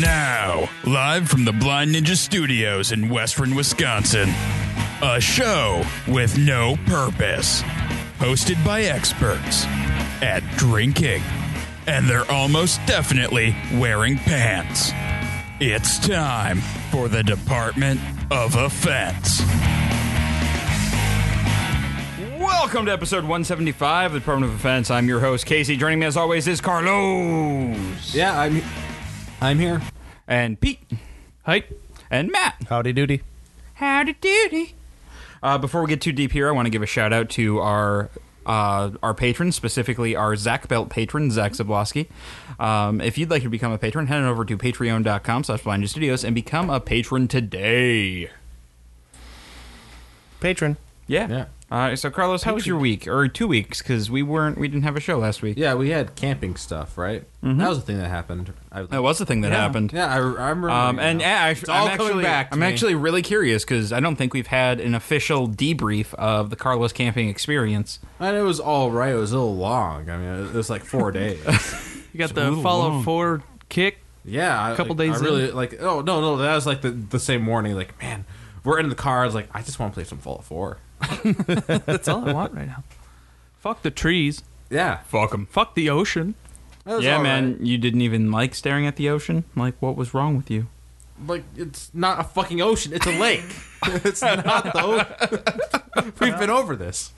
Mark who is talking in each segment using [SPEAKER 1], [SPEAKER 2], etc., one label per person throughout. [SPEAKER 1] Now, live from the Blind Ninja Studios in Western Wisconsin, a show with no purpose, hosted by experts at drinking, and they're almost definitely wearing pants. It's time for the Department of Offense.
[SPEAKER 2] Welcome to episode 175 of the Department of Defense. I'm your host, Casey. Joining me as always is Carlos.
[SPEAKER 3] Yeah, I'm. I'm here.
[SPEAKER 2] And Pete.
[SPEAKER 4] Hi.
[SPEAKER 2] And Matt.
[SPEAKER 3] Howdy doody.
[SPEAKER 2] Howdy doody. Uh, before we get too deep here, I want to give a shout out to our uh, our patrons, specifically our Zach Belt patron, Zach Zablowski. Um, if you'd like to become a patron, head on over to patreon.com slash blind Ninja studios and become a patron today.
[SPEAKER 4] Patron.
[SPEAKER 2] Yeah.
[SPEAKER 3] Yeah.
[SPEAKER 2] Uh, so, Carlos, how was your week? Or two weeks, because we weren't, we didn't have a show last week.
[SPEAKER 3] Yeah, we had camping stuff, right? That was the thing that happened. I,
[SPEAKER 2] Mm-hmm. That was the thing that happened.
[SPEAKER 3] Yeah, I, I remember.
[SPEAKER 2] Um,
[SPEAKER 3] now.
[SPEAKER 2] and yeah, I,
[SPEAKER 3] It's
[SPEAKER 2] I'm
[SPEAKER 3] all
[SPEAKER 2] actually,
[SPEAKER 3] coming back. to
[SPEAKER 2] I'm
[SPEAKER 3] me.
[SPEAKER 2] actually really curious because I don't think we've had an official debrief of the Carlos camping experience.
[SPEAKER 3] And it was all right. It was a little long. I mean, it was like four days.
[SPEAKER 4] You got the Fallout 4 kick.
[SPEAKER 3] yeah, I-
[SPEAKER 4] Couple
[SPEAKER 3] like,
[SPEAKER 4] days
[SPEAKER 3] I really like. Oh no, no, that was like the, the same morning. Like, man, we're in the car. I was like, I just want to play some Fallout Four.
[SPEAKER 4] That's all I want right now. Fuck the trees.
[SPEAKER 3] Yeah,
[SPEAKER 2] Fuck him.
[SPEAKER 4] Fuck the ocean.
[SPEAKER 3] that was
[SPEAKER 2] Yeah,
[SPEAKER 3] all
[SPEAKER 2] man,
[SPEAKER 3] right.
[SPEAKER 2] you didn't even like staring at the ocean. Like, what was wrong with you?
[SPEAKER 3] Like, it's not a fucking ocean. It's a lake. it's not the. Ocean. We've been over this.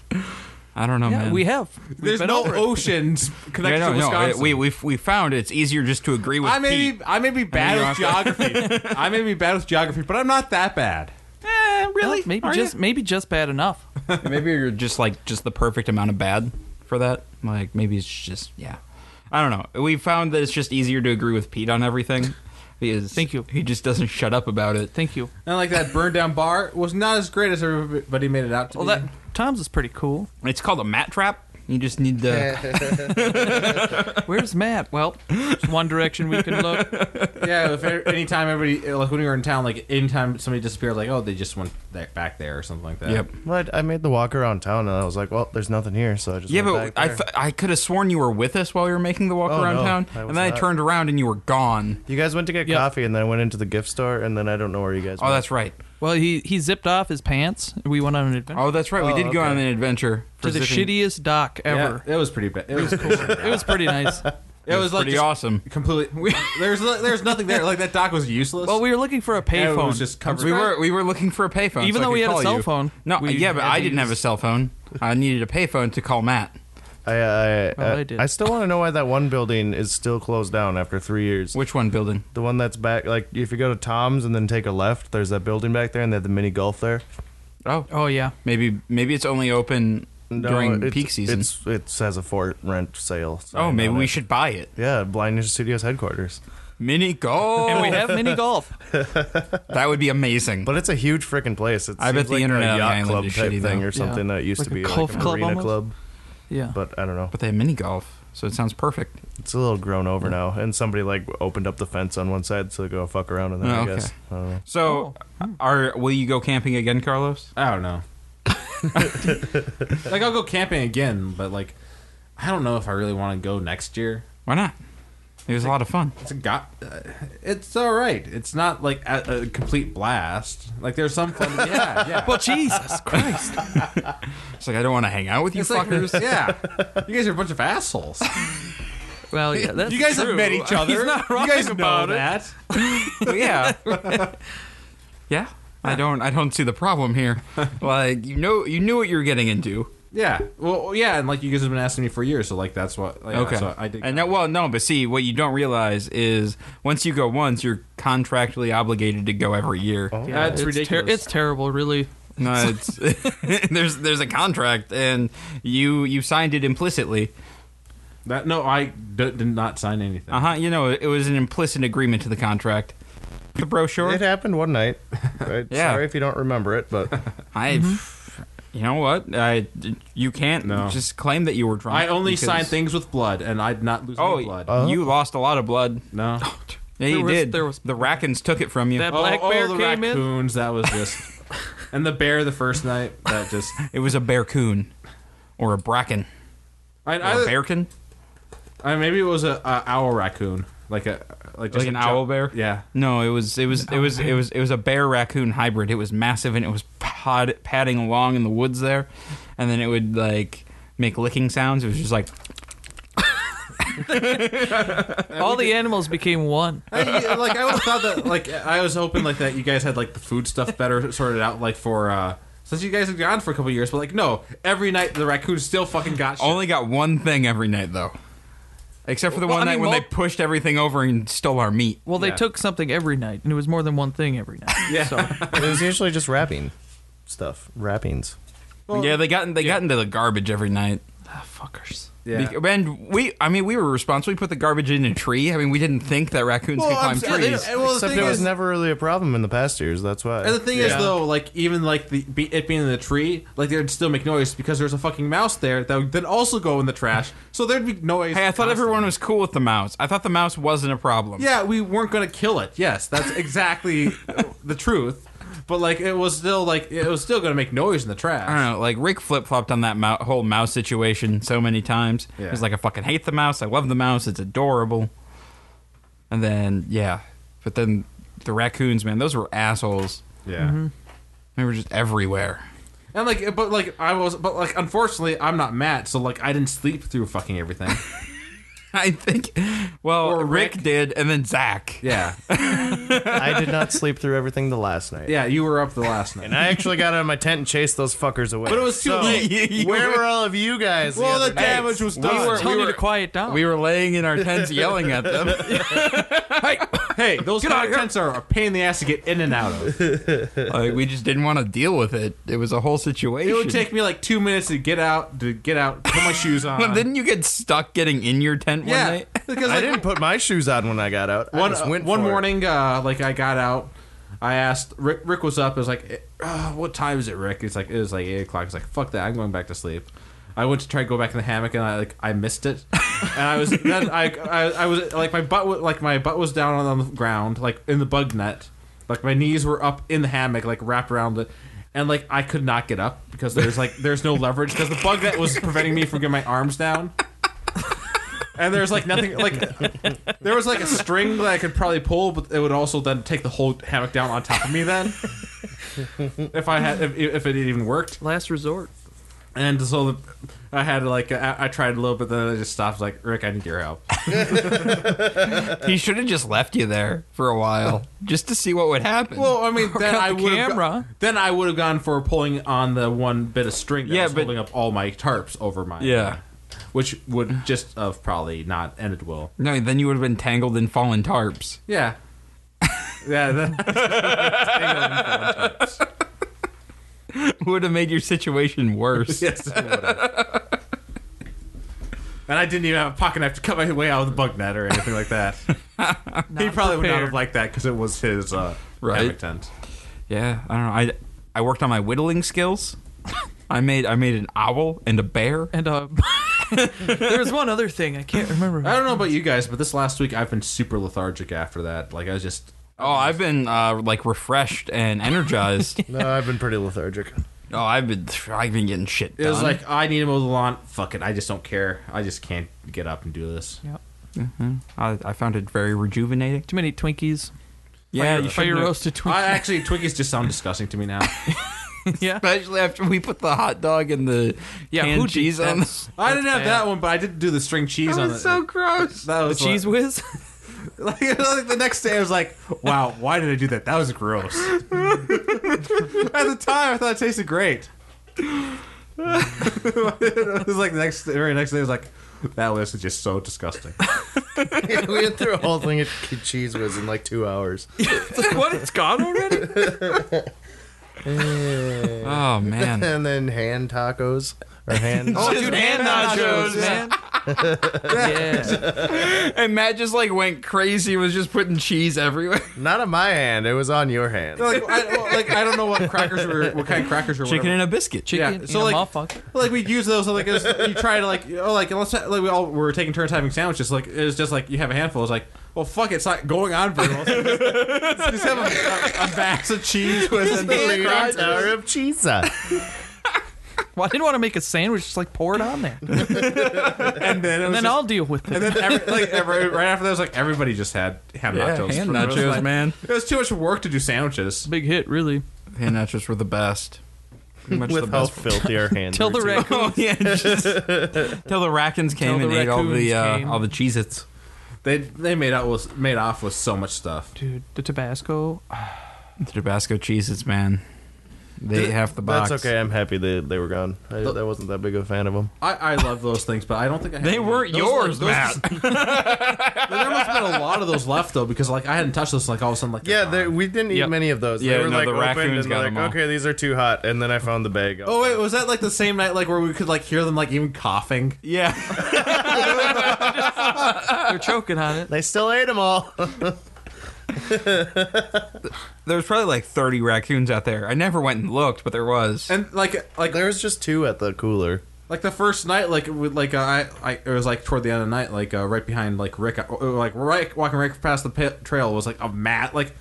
[SPEAKER 2] I don't know, man.
[SPEAKER 4] we have. We've
[SPEAKER 3] There's
[SPEAKER 4] been
[SPEAKER 3] no
[SPEAKER 4] over it.
[SPEAKER 3] oceans connected
[SPEAKER 2] Yeah, no,
[SPEAKER 3] to
[SPEAKER 2] no,
[SPEAKER 3] Wisconsin.
[SPEAKER 2] we we we found it's easier just to agree with.
[SPEAKER 3] I may
[SPEAKER 2] Pete.
[SPEAKER 3] be I may be
[SPEAKER 2] you're
[SPEAKER 3] bad
[SPEAKER 2] off
[SPEAKER 3] with geography. I may be bad with geography, but I'm not that bad.
[SPEAKER 2] Eh, really?
[SPEAKER 4] Well, maybe
[SPEAKER 2] Are
[SPEAKER 4] just maybe just bad enough.
[SPEAKER 2] you? maybe you're just like just the perfect amount of bad for that. Like maybe it's just yeah. I don't know. We found that it's just easier to agree with Pete on everything. Because
[SPEAKER 4] Thank you.
[SPEAKER 2] He just doesn't shut up about it.
[SPEAKER 4] Thank you.
[SPEAKER 3] And like that burned down bar was not as great as everybody made it out to
[SPEAKER 4] Well,
[SPEAKER 3] be.
[SPEAKER 4] that Tom's is pretty cool.
[SPEAKER 2] It's called a mat trap. You just need to.
[SPEAKER 4] Where's Matt? Well, there's one direction we can look.
[SPEAKER 3] yeah, if e- anytime everybody like when we were in town, like anytime somebody disappeared, like oh they just went there, back there or something like that.
[SPEAKER 2] yep.
[SPEAKER 5] Well, I, I made the walk around town and I was like, well, there's nothing here, so I just
[SPEAKER 2] Yeah, but
[SPEAKER 5] went back
[SPEAKER 2] I,
[SPEAKER 5] there.
[SPEAKER 2] th- I could have sworn you were with us while we were making the walk
[SPEAKER 5] Oh,
[SPEAKER 2] around
[SPEAKER 5] no,
[SPEAKER 2] town,
[SPEAKER 5] I was
[SPEAKER 2] and then I
[SPEAKER 5] not.
[SPEAKER 2] turned around and you were gone.
[SPEAKER 5] you guys went to get
[SPEAKER 4] Yeah.
[SPEAKER 5] coffee and then I went into the gift store and then I don't know where you guys.
[SPEAKER 2] Oh,
[SPEAKER 5] went.
[SPEAKER 2] that's right.
[SPEAKER 4] Well, he he zipped off his pants. We went on an adventure
[SPEAKER 2] Oh, that's right. we
[SPEAKER 5] Oh,
[SPEAKER 2] did go on
[SPEAKER 5] okay.
[SPEAKER 2] an adventure
[SPEAKER 4] to
[SPEAKER 2] for
[SPEAKER 4] the
[SPEAKER 2] zipping-
[SPEAKER 4] shittiest dock
[SPEAKER 3] Yeah,
[SPEAKER 4] ever.
[SPEAKER 3] it was pretty bad. It was cool.
[SPEAKER 4] It was pretty nice.
[SPEAKER 3] It was like
[SPEAKER 2] pretty
[SPEAKER 3] just
[SPEAKER 2] awesome.
[SPEAKER 3] completely. There's there's nothing there. Like that dock was useless.
[SPEAKER 4] Well, we were looking for a
[SPEAKER 3] Yeah, it
[SPEAKER 4] payphone.
[SPEAKER 3] was just covered.
[SPEAKER 2] We were we were looking for a payphone,
[SPEAKER 4] Even
[SPEAKER 2] so I
[SPEAKER 4] though
[SPEAKER 2] could
[SPEAKER 4] we had a
[SPEAKER 2] call
[SPEAKER 4] cell
[SPEAKER 2] you.
[SPEAKER 4] phone,
[SPEAKER 2] No,
[SPEAKER 4] we
[SPEAKER 2] yeah, but
[SPEAKER 4] had
[SPEAKER 2] I
[SPEAKER 4] to
[SPEAKER 2] didn't have a
[SPEAKER 4] use-
[SPEAKER 2] cell phone. I needed a payphone to call Matt,
[SPEAKER 5] I, I, I,
[SPEAKER 4] Well, Oh, I
[SPEAKER 5] I,
[SPEAKER 4] did.
[SPEAKER 5] still want to know why that one building is still closed down after three years.
[SPEAKER 2] which one building.
[SPEAKER 5] the one that's back, like if you go to Tom's and then take a left, there's that building back there and they have the mini golf there.
[SPEAKER 2] Oh,
[SPEAKER 4] oh yeah.
[SPEAKER 2] maybe maybe it's only open
[SPEAKER 5] No,
[SPEAKER 2] during
[SPEAKER 5] it's-
[SPEAKER 2] peak season.
[SPEAKER 5] it's, it says a for rent sale. sign
[SPEAKER 2] oh, maybe
[SPEAKER 5] on
[SPEAKER 2] we
[SPEAKER 5] it.
[SPEAKER 2] should buy it.
[SPEAKER 5] Yeah, Blind Ninja Studios headquarters.
[SPEAKER 2] Mini golf.
[SPEAKER 4] And we have mini golf.
[SPEAKER 2] that would be amazing.
[SPEAKER 5] But it's a huge freaking place. It's
[SPEAKER 2] I bet the
[SPEAKER 5] like
[SPEAKER 2] internet on
[SPEAKER 5] a
[SPEAKER 2] the
[SPEAKER 5] yacht
[SPEAKER 2] island
[SPEAKER 5] club
[SPEAKER 2] is
[SPEAKER 5] type
[SPEAKER 2] shitty,
[SPEAKER 5] thing
[SPEAKER 2] though.
[SPEAKER 5] or something
[SPEAKER 4] Yeah.
[SPEAKER 5] that used
[SPEAKER 4] Like a
[SPEAKER 5] to be
[SPEAKER 4] golf
[SPEAKER 5] like a
[SPEAKER 4] club
[SPEAKER 5] marina
[SPEAKER 4] almost?
[SPEAKER 5] club.
[SPEAKER 4] Yeah.
[SPEAKER 5] But I don't know.
[SPEAKER 2] but they have mini golf, so it sounds perfect.
[SPEAKER 5] It's a little grown over now, and somebody like opened up the fence on one side, so they go fuck around in there.
[SPEAKER 2] Oh,
[SPEAKER 5] I
[SPEAKER 2] okay.
[SPEAKER 5] guess. I don't know.
[SPEAKER 3] Oh,
[SPEAKER 2] So, uh,
[SPEAKER 3] hmm.
[SPEAKER 2] are will you go camping again, Carlos?
[SPEAKER 3] I don't know. like I'll go camping again, but like I don't know if I really want to go next year.
[SPEAKER 2] Why not? It was a lot of fun.
[SPEAKER 3] It's a got. Uh, it's all right. It's not like a, a complete blast. Like there's some fun. Yeah, yeah.
[SPEAKER 4] Well, Jesus Christ.
[SPEAKER 2] It's like I don't want to hang out with you
[SPEAKER 3] it's like
[SPEAKER 2] fuckers.
[SPEAKER 3] yeah. You guys are a bunch of assholes.
[SPEAKER 4] Well, yeah, that's
[SPEAKER 3] you guys
[SPEAKER 4] true.
[SPEAKER 3] have met each other.
[SPEAKER 4] He's not wrong
[SPEAKER 3] you guys
[SPEAKER 4] about
[SPEAKER 3] know
[SPEAKER 4] it.
[SPEAKER 3] that.
[SPEAKER 2] Well, yeah, yeah. I don't. I don't see the problem here. Like you know, you knew what you were getting into.
[SPEAKER 3] Yeah. Well, yeah, and like you guys have been asking me for years, so like that's what. yeah,
[SPEAKER 2] okay.
[SPEAKER 3] So I did.
[SPEAKER 2] And that, well, no, but see, what you don't realize is once you go once, you're contractually obligated to go every year.
[SPEAKER 3] Yeah, it's
[SPEAKER 4] ter-
[SPEAKER 3] ridiculous.
[SPEAKER 4] it's terrible, really.
[SPEAKER 2] No, it's there's there's a contract, and you you signed it implicitly.
[SPEAKER 3] that no, I d- did not sign anything.
[SPEAKER 2] Uh huh. You know, it was an implicit agreement to the contract. The brochure.
[SPEAKER 5] It happened one night. Right?
[SPEAKER 2] Yeah.
[SPEAKER 5] Sorry if you don't remember it, but
[SPEAKER 2] I, you know what? I you can't
[SPEAKER 3] No.
[SPEAKER 2] just claim that you were drunk.
[SPEAKER 3] I only
[SPEAKER 2] because-
[SPEAKER 3] signed things with blood, and I did not lose
[SPEAKER 2] Oh,
[SPEAKER 3] any blood.
[SPEAKER 2] you lost a lot of blood.
[SPEAKER 3] no.
[SPEAKER 2] Yeah, you
[SPEAKER 4] There was-
[SPEAKER 2] did.
[SPEAKER 4] there was-
[SPEAKER 2] the Rackens took it from you.
[SPEAKER 4] That-
[SPEAKER 3] Oh,
[SPEAKER 4] Black
[SPEAKER 3] oh,
[SPEAKER 4] bear
[SPEAKER 3] the
[SPEAKER 4] came in?
[SPEAKER 3] raccoons, That was just. and the bear the first night. That just.
[SPEAKER 2] it was a bear coon, or a bracken,
[SPEAKER 3] I,
[SPEAKER 2] or a
[SPEAKER 3] I,
[SPEAKER 2] bearkin.
[SPEAKER 3] I- maybe it was a, a owl raccoon. like a like just
[SPEAKER 2] like an
[SPEAKER 3] a
[SPEAKER 2] owl
[SPEAKER 3] gi-
[SPEAKER 2] bear.
[SPEAKER 3] Yeah,
[SPEAKER 2] No, it was it was it was it was it was a bear raccoon hybrid. It was massive and it was pod, padding along in the woods there, and then it would like make licking sounds. It was just like
[SPEAKER 4] All the animals became one.
[SPEAKER 3] I, like I would have thought that. Like I was hoping like that. You guys had like the food stuff better sorted out. Like for uh since you guys have gone for a couple years, but like no, every night the raccoon still fucking got shit.
[SPEAKER 2] only got one thing every night though, except for the
[SPEAKER 4] Well,
[SPEAKER 2] one
[SPEAKER 4] I
[SPEAKER 2] night when
[SPEAKER 4] mean, mul-
[SPEAKER 2] they pushed everything over and stole our meat.
[SPEAKER 4] Well, they
[SPEAKER 3] Yeah.
[SPEAKER 4] took something every night, and it was more than one thing every night.
[SPEAKER 3] Yeah.
[SPEAKER 4] So
[SPEAKER 5] it was usually just wrapping stuff, wrappings.
[SPEAKER 2] yeah, they got in- they got into the garbage every night.
[SPEAKER 4] ah, fuckers.
[SPEAKER 3] yeah.
[SPEAKER 2] Bec- And we, I mean, we were responsible. We put the garbage in a tree. I mean, we didn't think that raccoons
[SPEAKER 3] Well,
[SPEAKER 2] could
[SPEAKER 3] I'm
[SPEAKER 2] climb
[SPEAKER 3] saying they
[SPEAKER 2] trees.
[SPEAKER 3] don't- well, the
[SPEAKER 5] Except
[SPEAKER 3] thing
[SPEAKER 5] it was
[SPEAKER 3] is-
[SPEAKER 5] never really a problem in the past years. That's why.
[SPEAKER 3] And the thing is,
[SPEAKER 4] Yeah.
[SPEAKER 3] though, like even like the be, it being in the tree, like they'd still make noise because there's a fucking mouse there that would then also go in the trash. So there'd be noise.
[SPEAKER 2] Hey, I thought
[SPEAKER 3] constantly.
[SPEAKER 2] everyone was cool with the mouse. I thought the mouse wasn't a problem.
[SPEAKER 3] Yeah, we weren't gonna kill it. Yes, that's exactly the truth. But like, it was still like it was still gonna make noise in the trash.
[SPEAKER 2] I don't know. Like Rick flip flopped on that mou- whole mouse situation so many times.
[SPEAKER 3] Yeah.
[SPEAKER 2] He's like, I fucking hate the mouse. I love the mouse. It's adorable. And then yeah, but then the raccoons, man, those were assholes.
[SPEAKER 3] Yeah.
[SPEAKER 2] They were just everywhere.
[SPEAKER 3] And like, but like, I was, but like, unfortunately, I'm not Matt, so like, I didn't sleep through fucking everything.
[SPEAKER 2] I think. Well,
[SPEAKER 3] Or
[SPEAKER 2] Rick.
[SPEAKER 3] Rick.
[SPEAKER 2] did, and then Zach.
[SPEAKER 3] Yeah,
[SPEAKER 5] I did not sleep through everything the last night.
[SPEAKER 3] yeah, you were up the last night.
[SPEAKER 5] And I actually got out of my tent and chased those fuckers away.
[SPEAKER 3] But it was too
[SPEAKER 5] So,
[SPEAKER 3] late.
[SPEAKER 5] Where were all of you guys?
[SPEAKER 3] Well, the
[SPEAKER 5] the, other night?
[SPEAKER 3] damage was
[SPEAKER 2] We
[SPEAKER 3] done.
[SPEAKER 2] were-
[SPEAKER 4] Tell
[SPEAKER 2] we
[SPEAKER 4] me
[SPEAKER 2] were-
[SPEAKER 4] to quiet down.
[SPEAKER 2] We were laying in our tents yelling at them.
[SPEAKER 3] hey, those
[SPEAKER 2] Get out of
[SPEAKER 3] kind of
[SPEAKER 2] here.
[SPEAKER 3] tents are a pain in the ass to get in and out of.
[SPEAKER 2] Like, we just didn't want to deal with it. It was a whole situation.
[SPEAKER 3] It would take me like two minutes to get out, to get out, put my shoes on.
[SPEAKER 2] Well, didn't you get stuck getting in your tent
[SPEAKER 3] yeah,
[SPEAKER 2] one night?
[SPEAKER 3] because
[SPEAKER 5] I
[SPEAKER 3] like,
[SPEAKER 5] didn't put my shoes on when I got out. I
[SPEAKER 3] one
[SPEAKER 5] just went
[SPEAKER 3] one
[SPEAKER 5] for it.
[SPEAKER 3] morning, uh, like I got out, I asked Rick. Rick was up. I was like, uh, "What time is it, Rick?" It's like it was like eight o'clock. It's like fuck that. I'm going back to sleep. I went to try to go back in the hammock and I like I missed it, and I was then I, I I was like my butt wa- like my butt was down on the ground like in the bug net, like my knees were up in the hammock like wrapped around it, and like I could not get up because there's like there's no leverage because the bug net was preventing me from getting my arms down. And there's like nothing like there was like a string that I could probably pull, but it would also then take the whole hammock down on top of me then. if I had if, if it even worked.
[SPEAKER 4] Last resort.
[SPEAKER 3] And so the, I had like I, I tried a little bit, then I just stopped. Like Rick, I need your help.
[SPEAKER 2] He should have just left you there for a while just to see what would happen.
[SPEAKER 3] Well, I mean, then
[SPEAKER 4] cut
[SPEAKER 3] I
[SPEAKER 4] the
[SPEAKER 3] would
[SPEAKER 4] camera.
[SPEAKER 3] then I would have gone for pulling on the one bit of string that
[SPEAKER 2] Yeah,
[SPEAKER 3] was
[SPEAKER 2] but-
[SPEAKER 3] holding up all my tarps over my
[SPEAKER 2] Yeah.
[SPEAKER 3] which would just have probably not ended well.
[SPEAKER 2] no, then you would have been tangled in fallen tarps.
[SPEAKER 3] Yeah. yeah, that,
[SPEAKER 2] would have made your situation worse.
[SPEAKER 3] yes. it would have. and I didn't even have a pocket knife to cut my way out of the bug net or anything like that. he probably would not have
[SPEAKER 4] prepared.
[SPEAKER 3] liked that because it was his uh,
[SPEAKER 2] Right.
[SPEAKER 3] hammock tent.
[SPEAKER 2] Yeah, I don't know. I I worked on my whittling skills. I made I made an owl and a bear.
[SPEAKER 4] And uh, there was one other thing I can't remember.
[SPEAKER 3] I don't know about you guys, but this last week I've been super lethargic after that. Like I was just
[SPEAKER 2] Oh, I've been uh, like refreshed and energized.
[SPEAKER 5] No, I've been pretty lethargic.
[SPEAKER 2] oh, I've been I've been getting shit
[SPEAKER 3] It
[SPEAKER 2] done.
[SPEAKER 3] was like I need to mow the lawn. Fuck it, I just don't care. I just can't get up and do this.
[SPEAKER 4] Yep.
[SPEAKER 2] I, I found it very rejuvenating. uh,
[SPEAKER 4] Too many Twinkies.
[SPEAKER 2] Yeah, you
[SPEAKER 4] Fire
[SPEAKER 2] shouldn't have-
[SPEAKER 4] roasted Twinkies.
[SPEAKER 3] I actually Twinkies just sound disgusting to me now.
[SPEAKER 4] yeah.
[SPEAKER 2] Especially after we put the hot dog and the
[SPEAKER 4] Yeah,
[SPEAKER 2] canned
[SPEAKER 4] who did
[SPEAKER 2] cheese on.
[SPEAKER 4] that?
[SPEAKER 2] The-
[SPEAKER 3] I didn't have
[SPEAKER 4] bad.
[SPEAKER 3] that one, but I did do the string cheese on it.
[SPEAKER 2] gross.
[SPEAKER 3] that
[SPEAKER 4] The
[SPEAKER 3] was
[SPEAKER 4] cheese
[SPEAKER 3] like-
[SPEAKER 4] whiz.
[SPEAKER 3] Like, like, the next day, I was like, "Wow, why did I do that? That was gross." At the time, I thought it tasted great. it was like the next, the very next day, I was like, "That was just so disgusting."
[SPEAKER 5] we went through a whole thing at Cheese Whiz in like two hours.
[SPEAKER 4] what? It's gone already.
[SPEAKER 2] Oh man.
[SPEAKER 5] and then hand tacos. Or hand.
[SPEAKER 2] Oh, dude, and nachos, man.
[SPEAKER 4] yeah.
[SPEAKER 2] And Matt just like went crazy. Was just putting cheese everywhere.
[SPEAKER 5] Not on my hand. It was on your hand.
[SPEAKER 3] like, I, well, like I don't know what crackers were, what kind of crackers were.
[SPEAKER 2] Chicken and a biscuit. Chicken.
[SPEAKER 4] Chicken.
[SPEAKER 3] Yeah,
[SPEAKER 4] Yeah.
[SPEAKER 3] so,
[SPEAKER 4] So
[SPEAKER 3] like-
[SPEAKER 4] motherfucker.
[SPEAKER 3] like we'd use those like as you try to like oh like unless like we all were taking turns having sandwiches like it was just like you have a handful it's like well fuck it's not going on very well so just, just have a, a, a box of cheese with
[SPEAKER 5] It's the
[SPEAKER 3] and
[SPEAKER 5] leaning tower of cheese.
[SPEAKER 4] Well, I didn't want to make a sandwich. Just like pour it on there, and
[SPEAKER 3] and then it was
[SPEAKER 4] then
[SPEAKER 3] just-
[SPEAKER 4] I'll deal with it.
[SPEAKER 3] and then every, like every, right after that, it was like everybody just had ham nachos.
[SPEAKER 2] hand
[SPEAKER 3] for dinner. It was
[SPEAKER 2] nachos,
[SPEAKER 3] like-
[SPEAKER 2] man.
[SPEAKER 3] It was too much work to do sandwiches.
[SPEAKER 4] Big hit, really.
[SPEAKER 2] Hand nachos were the best. Pretty much
[SPEAKER 5] With
[SPEAKER 2] the
[SPEAKER 5] how
[SPEAKER 2] best.
[SPEAKER 5] filthy our hands
[SPEAKER 4] Till the
[SPEAKER 5] were, too.
[SPEAKER 4] raccoon.
[SPEAKER 2] Oh yeah, just, till the raccoons came
[SPEAKER 4] Till
[SPEAKER 2] and
[SPEAKER 4] the
[SPEAKER 2] ate all the
[SPEAKER 4] raccoons
[SPEAKER 2] uh,
[SPEAKER 4] came.
[SPEAKER 2] all the Cheez-Its.
[SPEAKER 3] They they made out with made off with so much stuff.
[SPEAKER 4] Dude, the Tabasco.
[SPEAKER 2] The Tabasco Cheez-Its, man. They ate half the box.
[SPEAKER 5] That's okay. I'm happy they, they were gone. I, I wasn't that big of a fan of them.
[SPEAKER 3] I, I love those things, but I don't think I had
[SPEAKER 2] They
[SPEAKER 3] any-
[SPEAKER 2] weren't
[SPEAKER 3] those-
[SPEAKER 2] yours,
[SPEAKER 3] those-
[SPEAKER 2] Matt.
[SPEAKER 3] There must have been a lot of those left though, because like I hadn't touched those. Like all of a sudden, like
[SPEAKER 5] Yeah,
[SPEAKER 3] they're
[SPEAKER 5] they,
[SPEAKER 3] gone.
[SPEAKER 5] we didn't eat
[SPEAKER 4] Yep.
[SPEAKER 5] many of those.
[SPEAKER 2] Yeah,
[SPEAKER 5] they were
[SPEAKER 2] no,
[SPEAKER 5] like
[SPEAKER 2] the
[SPEAKER 5] open
[SPEAKER 2] raccoons
[SPEAKER 5] and
[SPEAKER 2] got
[SPEAKER 5] like,
[SPEAKER 2] them all.
[SPEAKER 5] okay, these are too hot. And then I found the bag.
[SPEAKER 3] Oh wait, was that like the same night like where we could like hear them like even coughing?
[SPEAKER 2] Yeah,
[SPEAKER 4] They're choking on it.
[SPEAKER 5] they still ate them all.
[SPEAKER 2] there's probably like 30 raccoons out there. I never went and looked, but there was.
[SPEAKER 3] And like like
[SPEAKER 5] there was just two at the cooler.
[SPEAKER 3] Like the first night, like with like uh, I, I, it was like toward the end of the night, like uh, right behind like Rick, uh, like right walking right past the pit trail was like a mat. Like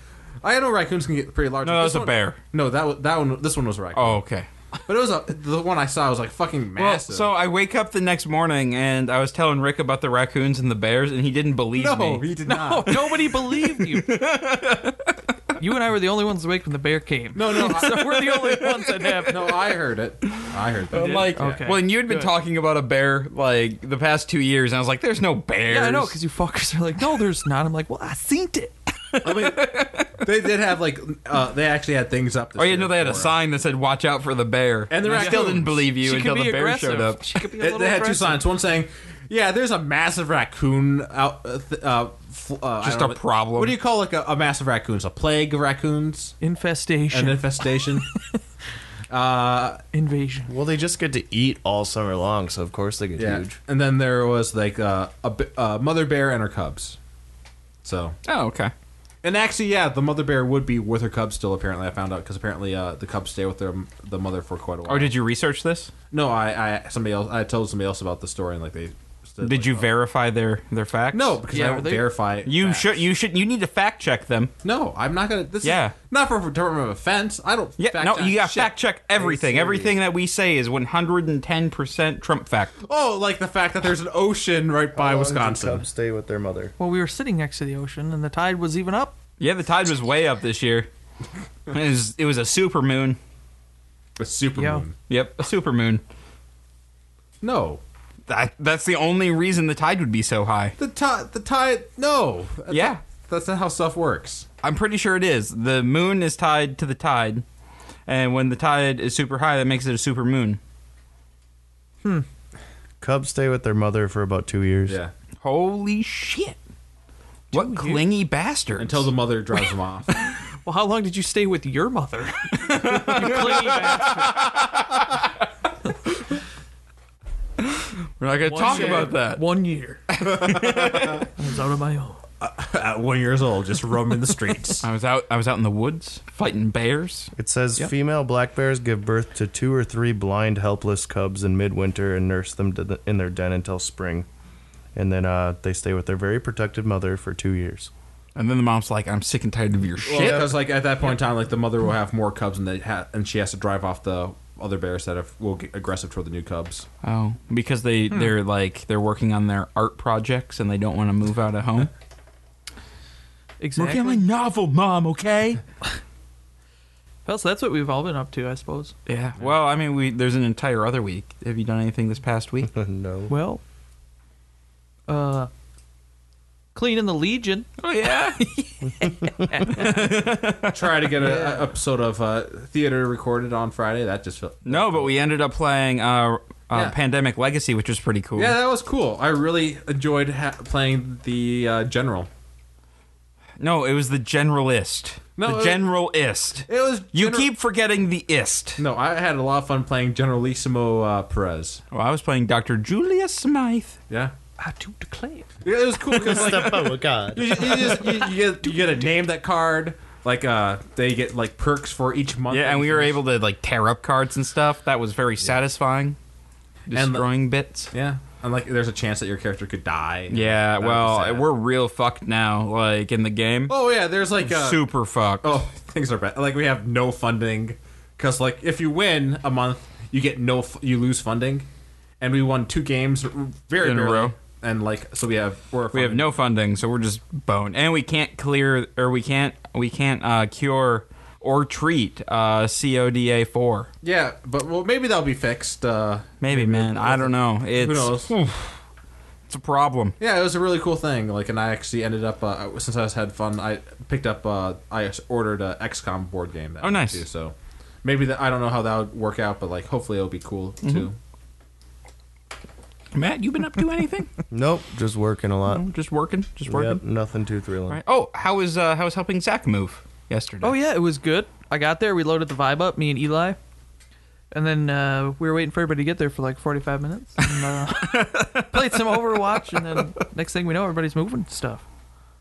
[SPEAKER 3] I know raccoons can get pretty large.
[SPEAKER 2] No,
[SPEAKER 3] but
[SPEAKER 2] that
[SPEAKER 3] this
[SPEAKER 2] was a
[SPEAKER 3] one-
[SPEAKER 2] bear.
[SPEAKER 3] No, that was that one. This one was a raccoon.
[SPEAKER 2] oh, okay.
[SPEAKER 3] but it was a, the one I saw was like fucking
[SPEAKER 2] Well,
[SPEAKER 3] massive.
[SPEAKER 2] so I wake up the next morning and I was telling Rick about the raccoons and the bears, and he didn't believe
[SPEAKER 3] no,
[SPEAKER 2] me.
[SPEAKER 3] he did
[SPEAKER 4] Oh,
[SPEAKER 3] not.
[SPEAKER 4] nobody believed you. you and I were the only ones awake when the bear came.
[SPEAKER 3] No, no, I,
[SPEAKER 4] so we're the only ones that have.
[SPEAKER 3] no. Oh, I heard it. I heard that.
[SPEAKER 2] I'm like,
[SPEAKER 4] Okay.
[SPEAKER 2] well, and you had been
[SPEAKER 4] Good.
[SPEAKER 2] talking about a bear like the past two years, and I was like, "There's no bears."
[SPEAKER 4] Yeah, I know, because you fuckers are like, no, there's not. I'm like, well, I seen it.
[SPEAKER 3] I mean, they did have like uh, they actually had things up. This
[SPEAKER 2] Oh yeah,
[SPEAKER 3] year
[SPEAKER 2] no, they had a
[SPEAKER 3] for it.
[SPEAKER 2] sign that said "Watch out for the bear,"
[SPEAKER 3] And the
[SPEAKER 2] I still
[SPEAKER 3] raccoons.
[SPEAKER 2] didn't believe you
[SPEAKER 4] she
[SPEAKER 2] until
[SPEAKER 4] could be
[SPEAKER 2] the bear
[SPEAKER 4] aggressive.
[SPEAKER 2] showed up.
[SPEAKER 4] She could be a
[SPEAKER 3] They,
[SPEAKER 4] little
[SPEAKER 3] they had two
[SPEAKER 4] aggressive.
[SPEAKER 3] signs. One saying, "Yeah, there's a massive raccoon out." Uh, th- uh, fl- uh, I
[SPEAKER 2] Just
[SPEAKER 3] don't
[SPEAKER 2] a
[SPEAKER 3] know,
[SPEAKER 2] problem.
[SPEAKER 3] What do you call like a, a massive raccoons? A plague of raccoons?
[SPEAKER 4] Infestation.
[SPEAKER 3] An infestation? uh,
[SPEAKER 4] Invasion.
[SPEAKER 5] Well, they just get to eat all summer long, so of course they get
[SPEAKER 3] yeah.
[SPEAKER 5] huge.
[SPEAKER 3] And then there was like uh, a b- uh, mother bear and her cubs. So,
[SPEAKER 2] Oh okay.
[SPEAKER 3] and actually, yeah, the mother bear would be with her cubs still. Apparently, I found out because apparently uh, the cubs stay with their the mother for quite a while.
[SPEAKER 2] Or Oh, did you research this?
[SPEAKER 3] no, I, I somebody else I told somebody else about the story and like they stood,
[SPEAKER 2] Did
[SPEAKER 3] like,
[SPEAKER 2] you
[SPEAKER 3] uh,
[SPEAKER 2] verify their their facts?
[SPEAKER 3] No, because
[SPEAKER 4] Yeah,
[SPEAKER 3] I
[SPEAKER 4] were
[SPEAKER 3] don't
[SPEAKER 4] they-
[SPEAKER 3] verify.
[SPEAKER 2] You
[SPEAKER 3] facts.
[SPEAKER 2] should. You should. You need to fact check them.
[SPEAKER 3] No, I'm not gonna. This
[SPEAKER 2] Yeah.
[SPEAKER 3] is not for department of offense. I don't.
[SPEAKER 2] Yeah.
[SPEAKER 3] fact
[SPEAKER 2] no,
[SPEAKER 3] check
[SPEAKER 2] you got to
[SPEAKER 3] shit.
[SPEAKER 2] fact check
[SPEAKER 3] Are
[SPEAKER 2] everything.
[SPEAKER 3] you
[SPEAKER 2] Everything
[SPEAKER 3] serious?
[SPEAKER 2] that we say is one hundred and ten percent Trump fact.
[SPEAKER 3] Oh, like the fact that there's an ocean right by Wisconsin.
[SPEAKER 5] Cubs stay with their mother.
[SPEAKER 4] Well, we were sitting next to the ocean, and the tide was even up.
[SPEAKER 2] Yeah, the tide was way up this year. It was, it was a super moon.
[SPEAKER 3] A super
[SPEAKER 4] Yeah.
[SPEAKER 3] moon.
[SPEAKER 2] Yep, a super moon.
[SPEAKER 3] No,
[SPEAKER 2] That that's the only reason the tide would be so high.
[SPEAKER 3] the tide. The tide. No. That's
[SPEAKER 2] Yeah.
[SPEAKER 3] not- that's not how stuff works.
[SPEAKER 2] I'm pretty sure it is. The moon is tied to the tide, and when the tide is super high, that makes it a super moon.
[SPEAKER 5] Cubs stay with their mother for about two years.
[SPEAKER 3] Yeah.
[SPEAKER 2] Holy shit! What clingy bastards!
[SPEAKER 3] Until the mother drives them off.
[SPEAKER 4] Well, how long did you stay with your mother? you clingy bastard.
[SPEAKER 2] we're not gonna talk
[SPEAKER 4] One year.
[SPEAKER 2] about that.
[SPEAKER 4] One year. I was out on my own.
[SPEAKER 3] At one years old, just roaming the streets.
[SPEAKER 2] I was out. I was out in the woods fighting bears.
[SPEAKER 5] It says female black bears give birth to two or three blind, helpless cubs in midwinter and nurse them to the, in their den until spring. And then uh, they stay with their very protective mother for two years.
[SPEAKER 2] And then the mom's like, "I'm sick and tired of your
[SPEAKER 3] Well,
[SPEAKER 2] shit."
[SPEAKER 3] because like at that point in time, like the mother will have more cubs, and they ha- and she has to drive off the other bears that have, will get aggressive toward the new cubs.
[SPEAKER 2] Oh, because they
[SPEAKER 3] Hmm.
[SPEAKER 2] they're like they're working on their art projects and they don't want to move out of home.
[SPEAKER 4] Exactly.
[SPEAKER 2] novel, mom. Okay.
[SPEAKER 4] Well, so that's what we've all been up to, I suppose.
[SPEAKER 2] Yeah. Well, I mean, we there's an entire other week. Have you done anything this past week?
[SPEAKER 5] no.
[SPEAKER 4] Well, uh, cleaning the Legion.
[SPEAKER 2] oh yeah.
[SPEAKER 3] Try to get a, a episode of uh, theater recorded on Friday. That just felt
[SPEAKER 2] no, but we ended up playing uh, uh,
[SPEAKER 3] Yeah.
[SPEAKER 2] Pandemic Legacy, which was pretty cool.
[SPEAKER 3] Yeah, that was cool. I really enjoyed ha- playing the uh, general.
[SPEAKER 2] No, it was the Generalist.
[SPEAKER 3] No,
[SPEAKER 2] the
[SPEAKER 3] it-
[SPEAKER 2] Generalist.
[SPEAKER 3] It was
[SPEAKER 2] you
[SPEAKER 3] gener-
[SPEAKER 2] keep forgetting the ist.
[SPEAKER 3] No, I had a lot of fun playing Generalissimo uh, Perez.
[SPEAKER 2] Well, I was playing Dr. Julius Smythe.
[SPEAKER 3] Yeah,
[SPEAKER 4] I do declare.
[SPEAKER 3] Yeah, it was cool because like
[SPEAKER 5] oh, God.
[SPEAKER 3] you, ju- you just you, you get you get a name that card. Like uh, they get like perks for each month.
[SPEAKER 2] Yeah, and we were able to like tear up cards and stuff. That was very satisfying.
[SPEAKER 3] the-
[SPEAKER 2] Destroying bits.
[SPEAKER 3] Yeah, and like there's a chance that your character could die.
[SPEAKER 2] Yeah,
[SPEAKER 3] That was
[SPEAKER 2] well,
[SPEAKER 3] sad.
[SPEAKER 2] we're real fucked now, like in the game.
[SPEAKER 3] Oh yeah, there's like uh,
[SPEAKER 2] Super fucked.
[SPEAKER 3] Oh, things are bad. Like we have no funding because like if you win a month, you get no, f- you lose funding, and we won two games r- very
[SPEAKER 2] In a
[SPEAKER 3] barely.
[SPEAKER 2] row.
[SPEAKER 3] And like, so we have we're
[SPEAKER 2] We have
[SPEAKER 3] funded.
[SPEAKER 2] no funding, so we're just boned, and we can't clear or we can't we can't uh, cure or treat uh, CODA four.
[SPEAKER 3] yeah, but well maybe that'll be fixed. Uh,
[SPEAKER 2] Maybe, man. I don't know. It's
[SPEAKER 3] who knows?
[SPEAKER 2] it's a problem.
[SPEAKER 3] Yeah, it was a really cool thing. Like, and I actually ended up uh, since I was had fun. I picked up. Uh, I ordered a XCOM board game. That
[SPEAKER 2] Oh, nice.
[SPEAKER 3] Too, so maybe that I don't know how that would work out, but like hopefully it'll be cool
[SPEAKER 2] Mm-hmm.
[SPEAKER 3] too.
[SPEAKER 2] Matt, you been up to anything?
[SPEAKER 5] Nope, just working a lot.
[SPEAKER 2] No, just working, just working.
[SPEAKER 5] Yep, nothing too thrilling.
[SPEAKER 2] Right. Oh, how was uh, how was helping Zach move yesterday?
[SPEAKER 4] Oh yeah, it was good. I got there. We loaded the vibe up, me and Eli, and then uh, we were waiting for everybody to get there for like forty-five minutes. And, uh, played some Overwatch, and then next thing we know, everybody's moving stuff.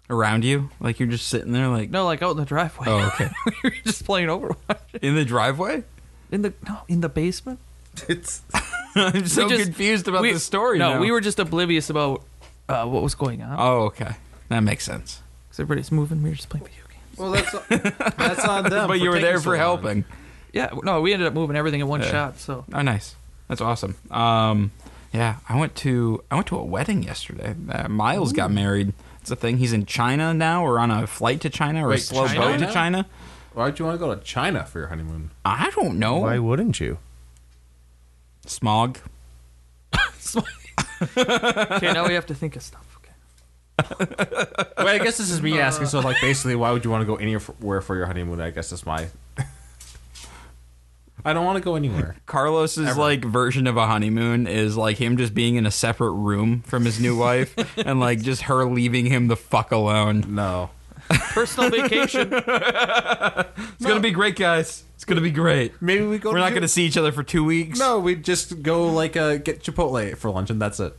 [SPEAKER 2] around you, like you're just sitting there, like
[SPEAKER 4] No, like out in the driveway.
[SPEAKER 2] Oh, okay.
[SPEAKER 4] we were just playing Overwatch
[SPEAKER 2] in the driveway.
[SPEAKER 4] in the no in the basement.
[SPEAKER 5] It's
[SPEAKER 2] I'm so
[SPEAKER 4] just-
[SPEAKER 2] confused about
[SPEAKER 4] we,
[SPEAKER 2] the story.
[SPEAKER 4] No,
[SPEAKER 2] now.
[SPEAKER 4] we were just oblivious about uh, what was going on
[SPEAKER 2] Oh, okay, that makes sense.
[SPEAKER 4] because everybody's moving. We were just playing video games.
[SPEAKER 3] Well, that's that's on them.
[SPEAKER 2] but you were there for helping.
[SPEAKER 4] Yeah, no, we ended up moving everything in one shot. So
[SPEAKER 2] Oh, nice. That's awesome. Um, yeah, I went to I went to a wedding yesterday. Uh, Miles got married. It's a thing. He's in China now, or on a flight to China, or a
[SPEAKER 3] Wait,
[SPEAKER 2] slow
[SPEAKER 3] China?
[SPEAKER 2] boat to China.
[SPEAKER 3] Why'd you want to go to China for your honeymoon?
[SPEAKER 2] I don't know.
[SPEAKER 5] why wouldn't you?
[SPEAKER 2] Smog.
[SPEAKER 4] okay, now we have to think of stuff. Okay.
[SPEAKER 3] Wait, I guess this is me asking. So like, basically, why would you want to go anywhere for your honeymoon? I guess that's my. I don't want to go anywhere.
[SPEAKER 2] Carlos's like version of a honeymoon is like him just being in a separate room from his new wife, and like just her leaving him the fuck alone.
[SPEAKER 3] No.
[SPEAKER 4] Personal vacation.
[SPEAKER 2] It's gonna be great, guys. It's gonna be great.
[SPEAKER 3] Maybe we go.
[SPEAKER 2] We're
[SPEAKER 3] to
[SPEAKER 2] not
[SPEAKER 3] Ju-
[SPEAKER 2] gonna see each other for two weeks.
[SPEAKER 3] No, we just go like uh, get Chipotle for lunch, and that's it.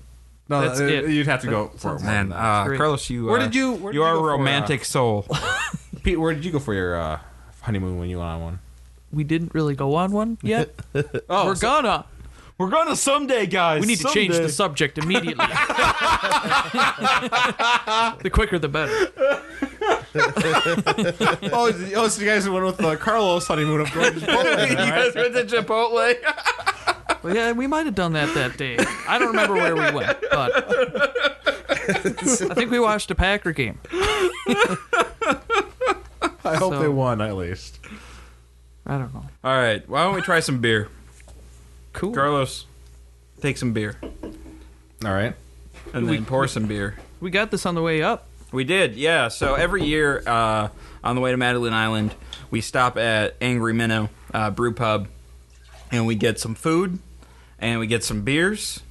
[SPEAKER 3] No,
[SPEAKER 4] That's
[SPEAKER 3] that-
[SPEAKER 4] it.
[SPEAKER 3] You'd have to go for more than
[SPEAKER 2] Man,
[SPEAKER 3] that.
[SPEAKER 2] uh,
[SPEAKER 4] great.
[SPEAKER 2] Carlos, you
[SPEAKER 3] Where
[SPEAKER 2] uh,
[SPEAKER 3] did you- where did
[SPEAKER 2] you
[SPEAKER 3] you
[SPEAKER 2] are
[SPEAKER 3] go
[SPEAKER 2] a
[SPEAKER 3] for, uh,
[SPEAKER 2] romantic soul.
[SPEAKER 3] Pete, where did you go for your uh, honeymoon when you went on one?
[SPEAKER 4] we didn't really go on one yet.
[SPEAKER 3] Oh,
[SPEAKER 4] we're gonna.
[SPEAKER 2] We're gonna someday, guys.
[SPEAKER 4] We need to change the subject immediately. the quicker the better.
[SPEAKER 3] oh, is- oh, so you guys went with uh, Carlos honeymoon of going to
[SPEAKER 2] you
[SPEAKER 3] Chipotle.
[SPEAKER 2] guys went to Chipotle.
[SPEAKER 4] Well, yeah, we might have done that that day. I don't remember where we went, but I think we watched a Packer game.
[SPEAKER 3] I hope
[SPEAKER 4] So-
[SPEAKER 3] they won at least.
[SPEAKER 4] I don't know.
[SPEAKER 2] All right, why don't we try some beer?
[SPEAKER 4] Cool.
[SPEAKER 2] Carlos, take some beer
[SPEAKER 3] All right.
[SPEAKER 2] and then pour some beer.
[SPEAKER 4] We got this on the way up.
[SPEAKER 2] We did, yeah. So every year uh, on the way to Madeline Island, we stop at Angry Minnow uh, Brew Pub, and we get some food, and we get some beers,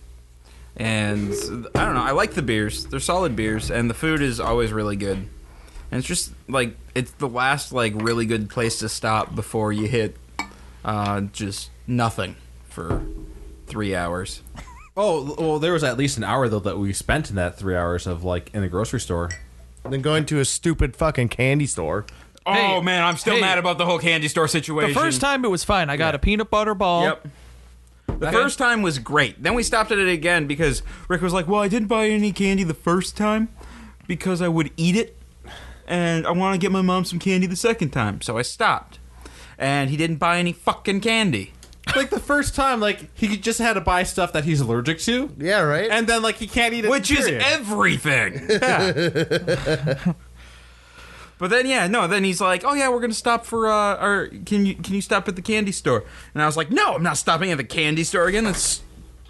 [SPEAKER 2] and I don't know. I like the beers; they're solid beers, and the food is always really good. And it's just like it's the last like really good place to stop before you hit uh, just nothing for three hours.
[SPEAKER 3] Oh, well, there was at least an hour though that we spent in that three hours of like in the grocery store.
[SPEAKER 5] Than going to a stupid fucking candy store.
[SPEAKER 4] Hey,
[SPEAKER 2] oh man, I'm still
[SPEAKER 4] hey.
[SPEAKER 2] mad about the whole candy store situation.
[SPEAKER 4] The first time it was fine. I got a peanut butter ball.
[SPEAKER 2] Yep. The first time was great. Then we stopped at it again because Rick was like, "Well, I didn't buy any candy the first time because I would eat it, and I want to get my mom some candy the second time." So I stopped, and he didn't buy any fucking candy.
[SPEAKER 3] like the first time, like he just had to buy stuff that he's allergic to.
[SPEAKER 5] Yeah, right.
[SPEAKER 3] And then like he can't eat it.
[SPEAKER 2] which is
[SPEAKER 3] period.
[SPEAKER 2] everything. but then yeah, no. Then he's like, "Oh yeah, we're gonna stop for uh, or can you can you stop at the candy store?" And I was like, "No, I'm not stopping at the candy store again. That's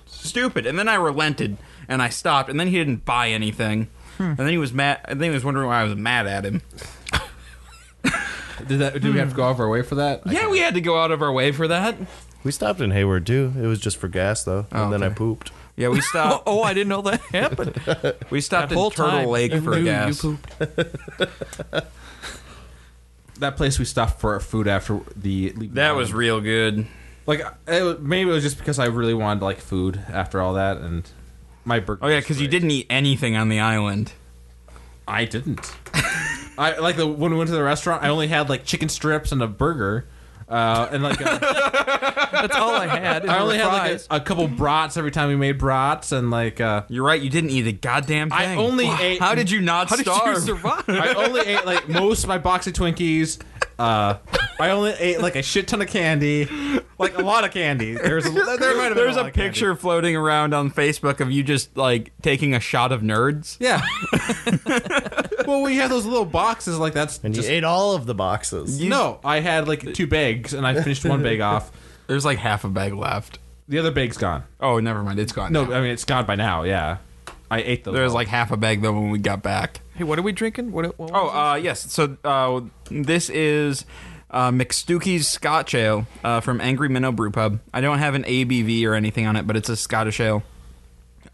[SPEAKER 2] stupid." And then I relented and I stopped. And then he didn't buy anything.
[SPEAKER 4] Hmm.
[SPEAKER 2] And then he was mad. And then he was wondering why I was mad at him.
[SPEAKER 3] Did that? Do we have to go off our way for that? I
[SPEAKER 2] Yeah, we had to go out of our way for that.
[SPEAKER 5] we stopped in Hayward too. It was just for gas though. and then I
[SPEAKER 2] okay.
[SPEAKER 5] pooped.
[SPEAKER 2] Yeah, we
[SPEAKER 4] Oh,
[SPEAKER 2] stopped.
[SPEAKER 4] oh, I didn't know that happened.
[SPEAKER 2] we stopped
[SPEAKER 4] That
[SPEAKER 2] at
[SPEAKER 4] whole
[SPEAKER 2] Turtle
[SPEAKER 4] time,
[SPEAKER 2] Lake
[SPEAKER 4] you
[SPEAKER 2] for
[SPEAKER 4] knew
[SPEAKER 2] gas.
[SPEAKER 4] You pooped.
[SPEAKER 3] that place we stopped for our food after the.
[SPEAKER 2] That was real good.
[SPEAKER 3] like it, was- maybe it was just because I really wanted like food after all that and my burger.
[SPEAKER 2] Oh yeah, because you didn't eat anything on the island.
[SPEAKER 3] I didn't. I like the when we went to the restaurant. I only had like chicken strips and a burger, uh, and like a,
[SPEAKER 4] That's all I had.
[SPEAKER 3] I only had like
[SPEAKER 4] fries.
[SPEAKER 3] a, a couple brats every time we made brats, and like uh,
[SPEAKER 2] You're right. You didn't eat a goddamn thing.
[SPEAKER 3] I only ate-
[SPEAKER 2] How did you not
[SPEAKER 4] How did
[SPEAKER 2] starve?
[SPEAKER 4] you survive?
[SPEAKER 3] I only ate like most of my box of Twinkies, uh, I only ate like a shit ton of candy, like a lot of candy. There's there might have been
[SPEAKER 2] There's
[SPEAKER 3] lot
[SPEAKER 2] a
[SPEAKER 3] of candy.
[SPEAKER 2] picture floating around on Facebook of you just like taking a shot of nerds.
[SPEAKER 3] Yeah. well, we have those little boxes like that's
[SPEAKER 5] And
[SPEAKER 3] just
[SPEAKER 5] you ate all of the boxes.
[SPEAKER 3] no. I had like two bags and I finished one bag off.
[SPEAKER 2] There's like half a bag left.
[SPEAKER 3] The other bag's gone.
[SPEAKER 2] Oh, never mind. It's gone.
[SPEAKER 3] No,
[SPEAKER 2] now.
[SPEAKER 3] I mean it's gone by now. Yeah, I ate those.
[SPEAKER 2] there was
[SPEAKER 3] all.
[SPEAKER 2] like half a bag though when we got back.
[SPEAKER 4] Hey, what are we drinking? What? what
[SPEAKER 2] Oh,
[SPEAKER 4] was
[SPEAKER 2] uh, yes. So uh, this is uh, McStookie's Scotch Ale uh, from Angry Minnow Brew Pub. I don't have an ABV or anything on it, but it's a Scottish ale.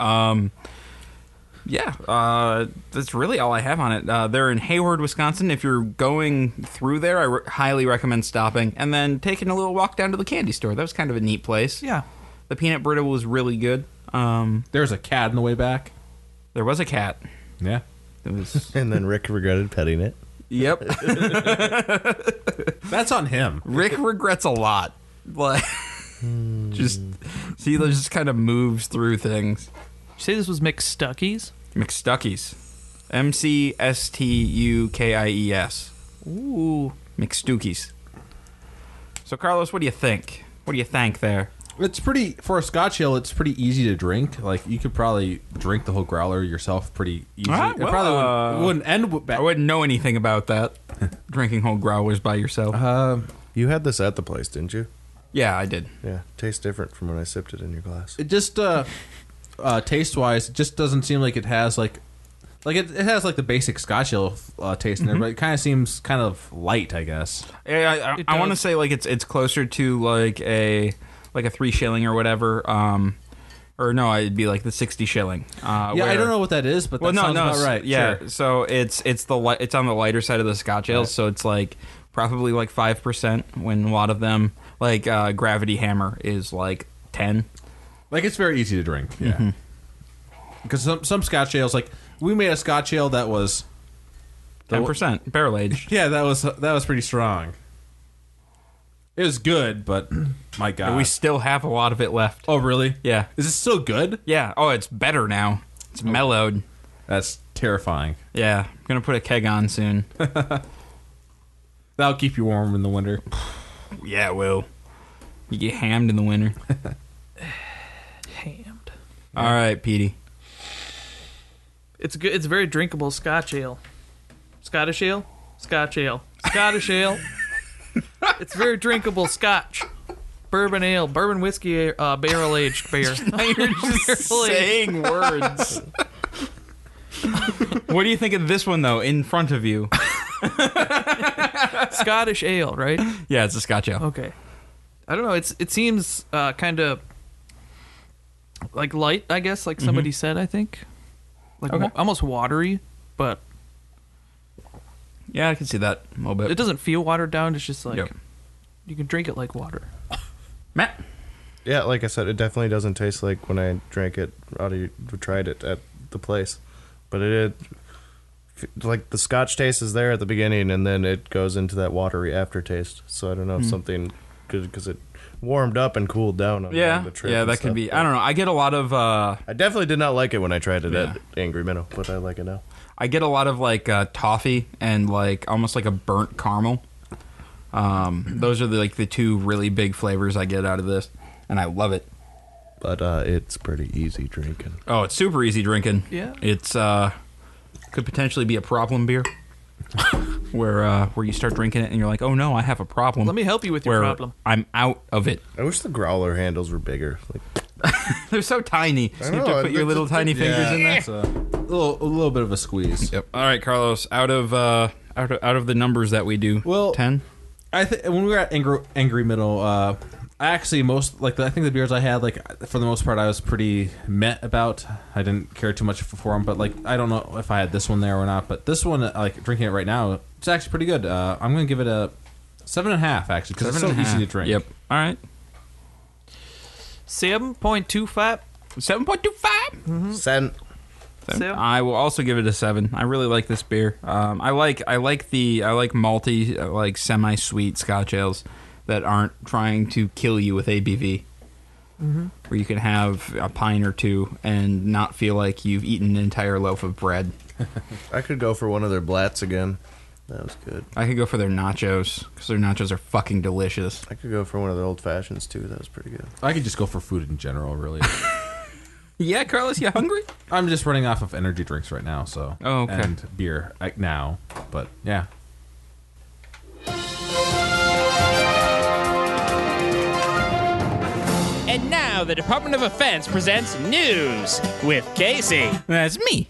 [SPEAKER 2] Um, yeah, uh, that's really all I have on it. Uh, they're in Hayward, Wisconsin. If you're going through there, I re- highly recommend stopping and then taking a little walk down to the candy store. That was kind of a neat place.
[SPEAKER 4] it? yeah.
[SPEAKER 2] The peanut brittle was really good. Um,
[SPEAKER 3] there was a cat on the way back.
[SPEAKER 2] there was a cat.
[SPEAKER 3] Yeah.
[SPEAKER 2] It was.
[SPEAKER 5] And then Rick regretted petting it.
[SPEAKER 2] yep.
[SPEAKER 3] That's on him.
[SPEAKER 2] Rick regrets a lot. Like, just see, he just kind of moves through things.
[SPEAKER 4] Did you say this was McStuckies?
[SPEAKER 2] McStuckies, M C S T U K I E S,
[SPEAKER 4] Ooh.
[SPEAKER 2] McStookies. So, Carlos, what do you think? What do you think there?
[SPEAKER 3] It's pretty for a Scotch ale. It's pretty easy to drink. Like you could probably drink the whole growler yourself pretty easy.
[SPEAKER 2] Ah,
[SPEAKER 3] it
[SPEAKER 2] well,
[SPEAKER 3] probably
[SPEAKER 2] uh,
[SPEAKER 3] wouldn't, wouldn't end with
[SPEAKER 2] I
[SPEAKER 3] bad.
[SPEAKER 2] wouldn't know anything about that. Drinking whole growlers by yourself.
[SPEAKER 3] Um,
[SPEAKER 5] You had this at the place, didn't you?
[SPEAKER 2] yeah, I did.
[SPEAKER 5] Yeah. Tastes different from when I sipped it in your glass.
[SPEAKER 3] it just uh, uh, taste wise, it just doesn't seem like it has like like it, it has like the basic Scotch ale uh, taste
[SPEAKER 2] Mm-hmm.
[SPEAKER 3] in there, but it kind of seems kind of light, I guess.
[SPEAKER 2] Yeah, I, I,
[SPEAKER 4] It
[SPEAKER 2] I want to
[SPEAKER 4] does.
[SPEAKER 2] say like it's it's closer to like a like a three shilling or whatever. Um, or no, it'd be like the sixty shilling. Uh,
[SPEAKER 3] yeah, I
[SPEAKER 2] where-
[SPEAKER 3] don't know what that is, but that
[SPEAKER 2] well, no,
[SPEAKER 3] sounds
[SPEAKER 2] no,
[SPEAKER 3] about
[SPEAKER 2] s-
[SPEAKER 3] right.
[SPEAKER 2] Yeah,
[SPEAKER 3] sure.
[SPEAKER 2] so it's it's the li- it's on the lighter side of the Scotch ales, so it's like probably like five percent. When a lot of them, like uh, Gravity Hammer, is like ten.
[SPEAKER 3] like it's very easy to drink. Yeah,
[SPEAKER 2] Mm-hmm.
[SPEAKER 3] because some some Scotch ales, like we made a Scotch ale that was
[SPEAKER 2] Ten percent barrel aged.
[SPEAKER 3] yeah that was that was pretty strong. It was good, but my God,
[SPEAKER 2] And we still have a lot of it left.
[SPEAKER 3] oh really?
[SPEAKER 2] Yeah,
[SPEAKER 3] Is this still good?
[SPEAKER 2] yeah. Oh, it's better now. It's mellowed.
[SPEAKER 3] That's terrifying.
[SPEAKER 2] Yeah, I'm gonna put a keg on soon.
[SPEAKER 3] That'll keep you warm in the winter.
[SPEAKER 2] yeah, it will. You get hammed in the winter.
[SPEAKER 4] Damned.
[SPEAKER 2] All right, Petey.
[SPEAKER 4] It's good. It's very drinkable Scotch ale. Scottish ale. Scotch ale. Scottish ale. It's very drinkable Scotch. Bourbon ale. Bourbon whiskey. Uh, barrel aged beer.
[SPEAKER 2] You're just
[SPEAKER 4] Barely.
[SPEAKER 2] saying words. what do you think of this one though? In front of you.
[SPEAKER 4] Scottish ale, right?
[SPEAKER 2] Yeah, it's a Scotch ale.
[SPEAKER 4] Okay. I don't know. It's it seems uh, kind of like light, I guess. Like somebody said, I think, like
[SPEAKER 2] Mm-hmm. Okay.
[SPEAKER 4] wa- almost watery, but
[SPEAKER 2] Yeah, I can see that a little bit.
[SPEAKER 4] it doesn't feel watered down. It's just like
[SPEAKER 2] Yep.
[SPEAKER 4] you can drink it like water.
[SPEAKER 2] Matt.
[SPEAKER 5] Yeah, like I said, it definitely doesn't taste like when I drank it out of tried it at the place, but it, it like the Scotch taste is there at the beginning, and then it goes into that watery aftertaste. So I don't know if something good because it warmed up and cooled down. On
[SPEAKER 2] Yeah,
[SPEAKER 5] the trip
[SPEAKER 2] yeah,
[SPEAKER 5] and
[SPEAKER 2] that could
[SPEAKER 5] stuff,
[SPEAKER 2] be.
[SPEAKER 5] but
[SPEAKER 2] I don't know. I get a lot of uh,
[SPEAKER 5] I definitely did not like it when I tried it
[SPEAKER 2] Yeah.
[SPEAKER 5] at Angry Minnow, but I like it now.
[SPEAKER 2] I get a lot of like uh, toffee and like almost like a burnt caramel. Um, those are the, like the two really big flavors I get out of this, and I love it.
[SPEAKER 5] But uh, it's pretty easy drinking.
[SPEAKER 2] Oh, it's super easy drinking.
[SPEAKER 4] Yeah.
[SPEAKER 2] It's uh could potentially be a problem beer. where uh where you start drinking it and you're like, "Oh no, I have a problem."
[SPEAKER 4] Let me help you with your
[SPEAKER 2] Where
[SPEAKER 4] problem.
[SPEAKER 2] I'm out of it.
[SPEAKER 5] I wish the growler handles were bigger. Like
[SPEAKER 2] They're so tiny. So you have
[SPEAKER 5] know,
[SPEAKER 2] to put your
[SPEAKER 5] they're
[SPEAKER 2] little
[SPEAKER 5] just-
[SPEAKER 2] tiny fingers in there.
[SPEAKER 3] It's a little, a little bit of a squeeze.
[SPEAKER 2] Yep. All right, Carlos, out of uh out of, out of the numbers that we do.
[SPEAKER 3] Well-
[SPEAKER 2] 10.
[SPEAKER 3] I think when we were at Angry, Angry Middle, uh, I actually most like the, I think the beers I had like for the most part I was pretty met about. I didn't care too much for them, but like I don't know if I had this one there or not. But this one, uh, like drinking it right now, it's actually pretty good. Uh, I'm gonna give it a seven and a half actually because it's so
[SPEAKER 2] Seven and a
[SPEAKER 3] easy
[SPEAKER 2] half.
[SPEAKER 3] to drink.
[SPEAKER 2] Yep. All right.
[SPEAKER 4] Seven point two five.
[SPEAKER 2] 7.25.
[SPEAKER 5] scent.
[SPEAKER 2] So
[SPEAKER 4] Seven.
[SPEAKER 2] I will also give it a seven. I really like this beer. Um, I like I like the I like malty uh, like semi sweet Scotch ales that aren't trying to kill you with ABV,
[SPEAKER 3] Mm-hmm.
[SPEAKER 2] where you can have a pint or two and not feel like you've eaten an entire loaf of bread.
[SPEAKER 5] I could go for one of their blats again. That was good.
[SPEAKER 2] I could go for their nachos because their nachos are fucking delicious.
[SPEAKER 5] I could go for one of the old fashions too. That was pretty good.
[SPEAKER 3] I could just go for food in general, really.
[SPEAKER 2] Yeah, Carlos, you hungry?
[SPEAKER 3] I'm just running off of energy drinks right now, so.
[SPEAKER 2] Oh, okay.
[SPEAKER 3] And beer like, now, but yeah.
[SPEAKER 6] And now the Department of Defense presents news with Casey.
[SPEAKER 2] That's me.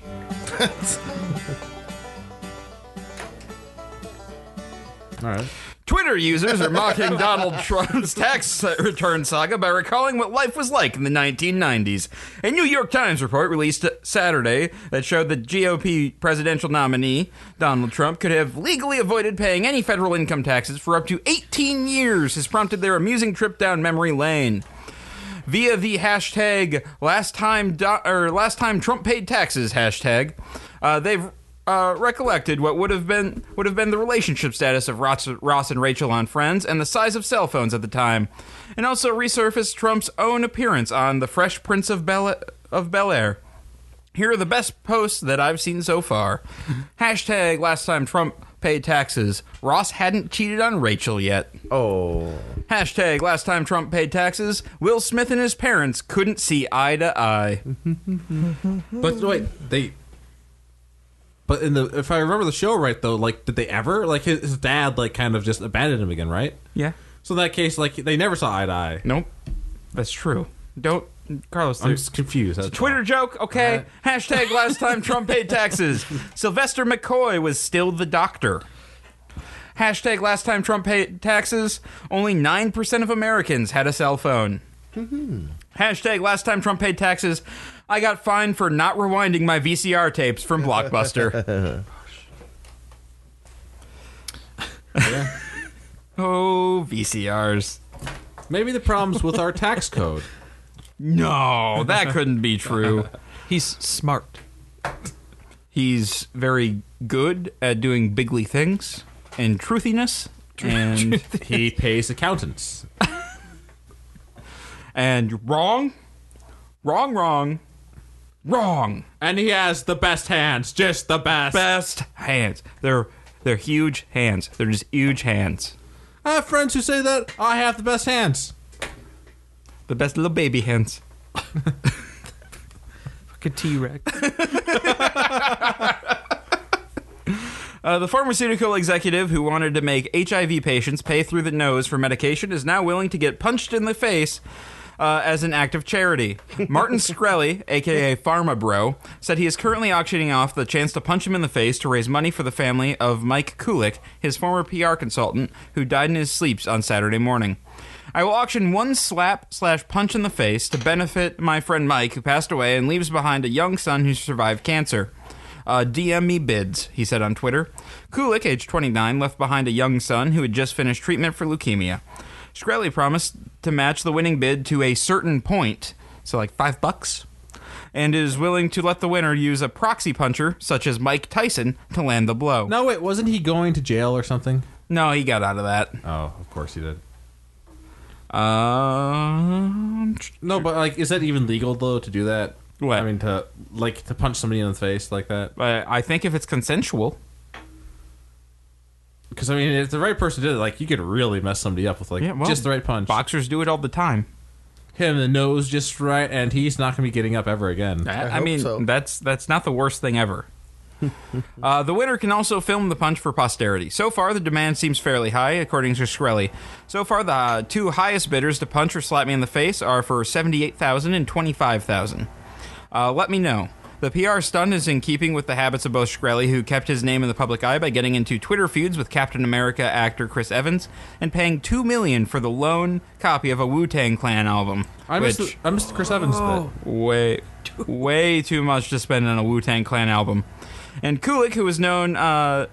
[SPEAKER 3] All right.
[SPEAKER 2] Twitter users are mocking Donald Trump's tax return saga by recalling what life was like in the 1990s. A New York Times report released Saturday that showed the GOP presidential nominee, Donald Trump, could have legally avoided paying any federal income taxes for up to 18 years has prompted their amusing trip down memory lane. Via the hashtag last time Do- or last time Trump paid taxes hashtag, uh, they've uh, recollected what would have been would have been the relationship status of Ross, Ross and Rachel on Friends and the size of cell phones at the time, and also resurfaced Trump's own appearance on The Fresh Prince of Bel of Bel Air. Here are the best posts that I've seen so far. Hashtag last time Trump paid taxes. Ross hadn't cheated on Rachel yet.
[SPEAKER 5] Oh,
[SPEAKER 2] Hashtag last time Trump paid taxes. Will Smith and his parents couldn't see eye to eye.
[SPEAKER 3] But wait, they. But in the if I remember the show right though, like did they ever like his, his dad like kind of just abandoned him again, right?
[SPEAKER 2] Yeah.
[SPEAKER 3] So in that case, like they never saw eye to eye.
[SPEAKER 2] Nope. That's true. Don't, Carlos.
[SPEAKER 3] I'm
[SPEAKER 2] there's-
[SPEAKER 3] just confused. that's
[SPEAKER 2] Twitter joke, okay. Hashtag last time Trump paid taxes. Sylvester McCoy was still the doctor. Hashtag last time Trump paid taxes. Only 9% of Americans had a cell phone. Hashtag last time Trump paid taxes. I got fined for not rewinding my VCR tapes from Blockbuster. oh, VCRs.
[SPEAKER 3] all. Maybe the problems with our tax code.
[SPEAKER 2] No, that couldn't be true.
[SPEAKER 4] He's smart.
[SPEAKER 2] He's very good at doing bigly things and truthiness. And,
[SPEAKER 3] he pays accountants.
[SPEAKER 2] and wrong, wrong, wrong, wrong.
[SPEAKER 3] And he has the best hands, just the best.
[SPEAKER 2] Best hands. They're they're huge hands. They're just huge hands.
[SPEAKER 3] I have friends who say that I have the best hands.
[SPEAKER 2] The best little baby hands.
[SPEAKER 4] Fucking T Rex.
[SPEAKER 2] Uh, the pharmaceutical executive who wanted to make HIV patients pay through the nose for medication is now willing to get punched in the face uh, as an act of charity. Martin Screlly, aka Pharma Bro, said he is currently auctioning off the chance to punch him in the face to raise money for the family of Mike Kulik, his former PR consultant, who died in his sleeps on Saturday morning. I will auction one slap slash punch in the face to benefit my friend Mike, who passed away and leaves behind a young son who survived cancer. Uh, DM me bids, he said on Twitter. Kulik, age 29, left behind a young son who had just finished treatment for leukemia. Shkreli promised to match the winning bid to a certain point, so like five bucks, and is willing to let the winner use a proxy puncher, such as Mike Tyson, to land the blow.
[SPEAKER 3] No, wait, wasn't he going to jail or something?
[SPEAKER 2] No, he got out of that.
[SPEAKER 3] Oh, of course he did.
[SPEAKER 2] Um,
[SPEAKER 3] No, but like, is that even legal though to do that?
[SPEAKER 2] What?
[SPEAKER 3] I mean, to like to punch somebody in the face like that?
[SPEAKER 2] I I think if it's consensual,
[SPEAKER 3] Because I mean, if the right person did it, like you could really mess somebody up with like
[SPEAKER 2] Yeah, well,
[SPEAKER 3] just the right punch.
[SPEAKER 2] boxers do it all the time.
[SPEAKER 3] Hit him in the nose just right, and he's not going to be getting up ever again.
[SPEAKER 2] I, I
[SPEAKER 5] hope
[SPEAKER 2] mean,
[SPEAKER 5] so.
[SPEAKER 2] that's that's not the worst thing ever. uh, the winner can also film the punch for posterity. So far, the demand seems fairly high, according to Shkreli. So far, the uh, two highest bidders to punch or slap me in the face are for seventy-eight thousand and twenty-five thousand. Uh, let me know. The PR stunt is in keeping with the habits of both Shkreli, who kept his name in the public eye by getting into Twitter feuds with Captain America actor Chris Evans, and paying two million for the lone copy of a Wu Tang Clan album.
[SPEAKER 3] I missed,
[SPEAKER 2] which-
[SPEAKER 3] I missed Chris Evans.
[SPEAKER 5] Oh.
[SPEAKER 3] Bit.
[SPEAKER 2] way way too much to spend on a Wu Tang Clan album. And Kulik, who was known uh,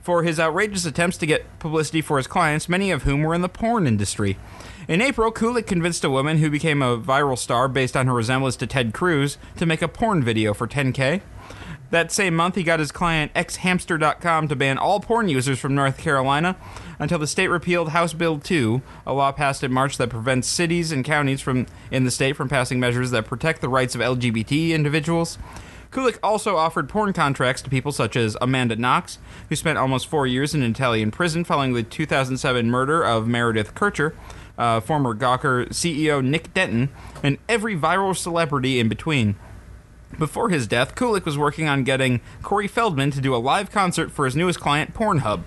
[SPEAKER 2] for his outrageous attempts to get publicity for his clients, many of whom were in the porn industry. In April, Kulik convinced a woman who became a viral star based on her resemblance to Ted Cruz to make a porn video for 10K. That same month, he got his client xhamster.com to ban all porn users from North Carolina until the state repealed House Bill 2, a law passed in March that prevents cities and counties from in the state from passing measures that protect the rights of LGBT individuals. Kulik also offered porn contracts to people such as Amanda Knox, who spent almost four years in an Italian prison following the 2007 murder of Meredith Kircher, uh, former Gawker CEO Nick Denton, and every viral celebrity in between. Before his death, Kulik was working on getting Corey Feldman to do a live concert for his newest client, Pornhub.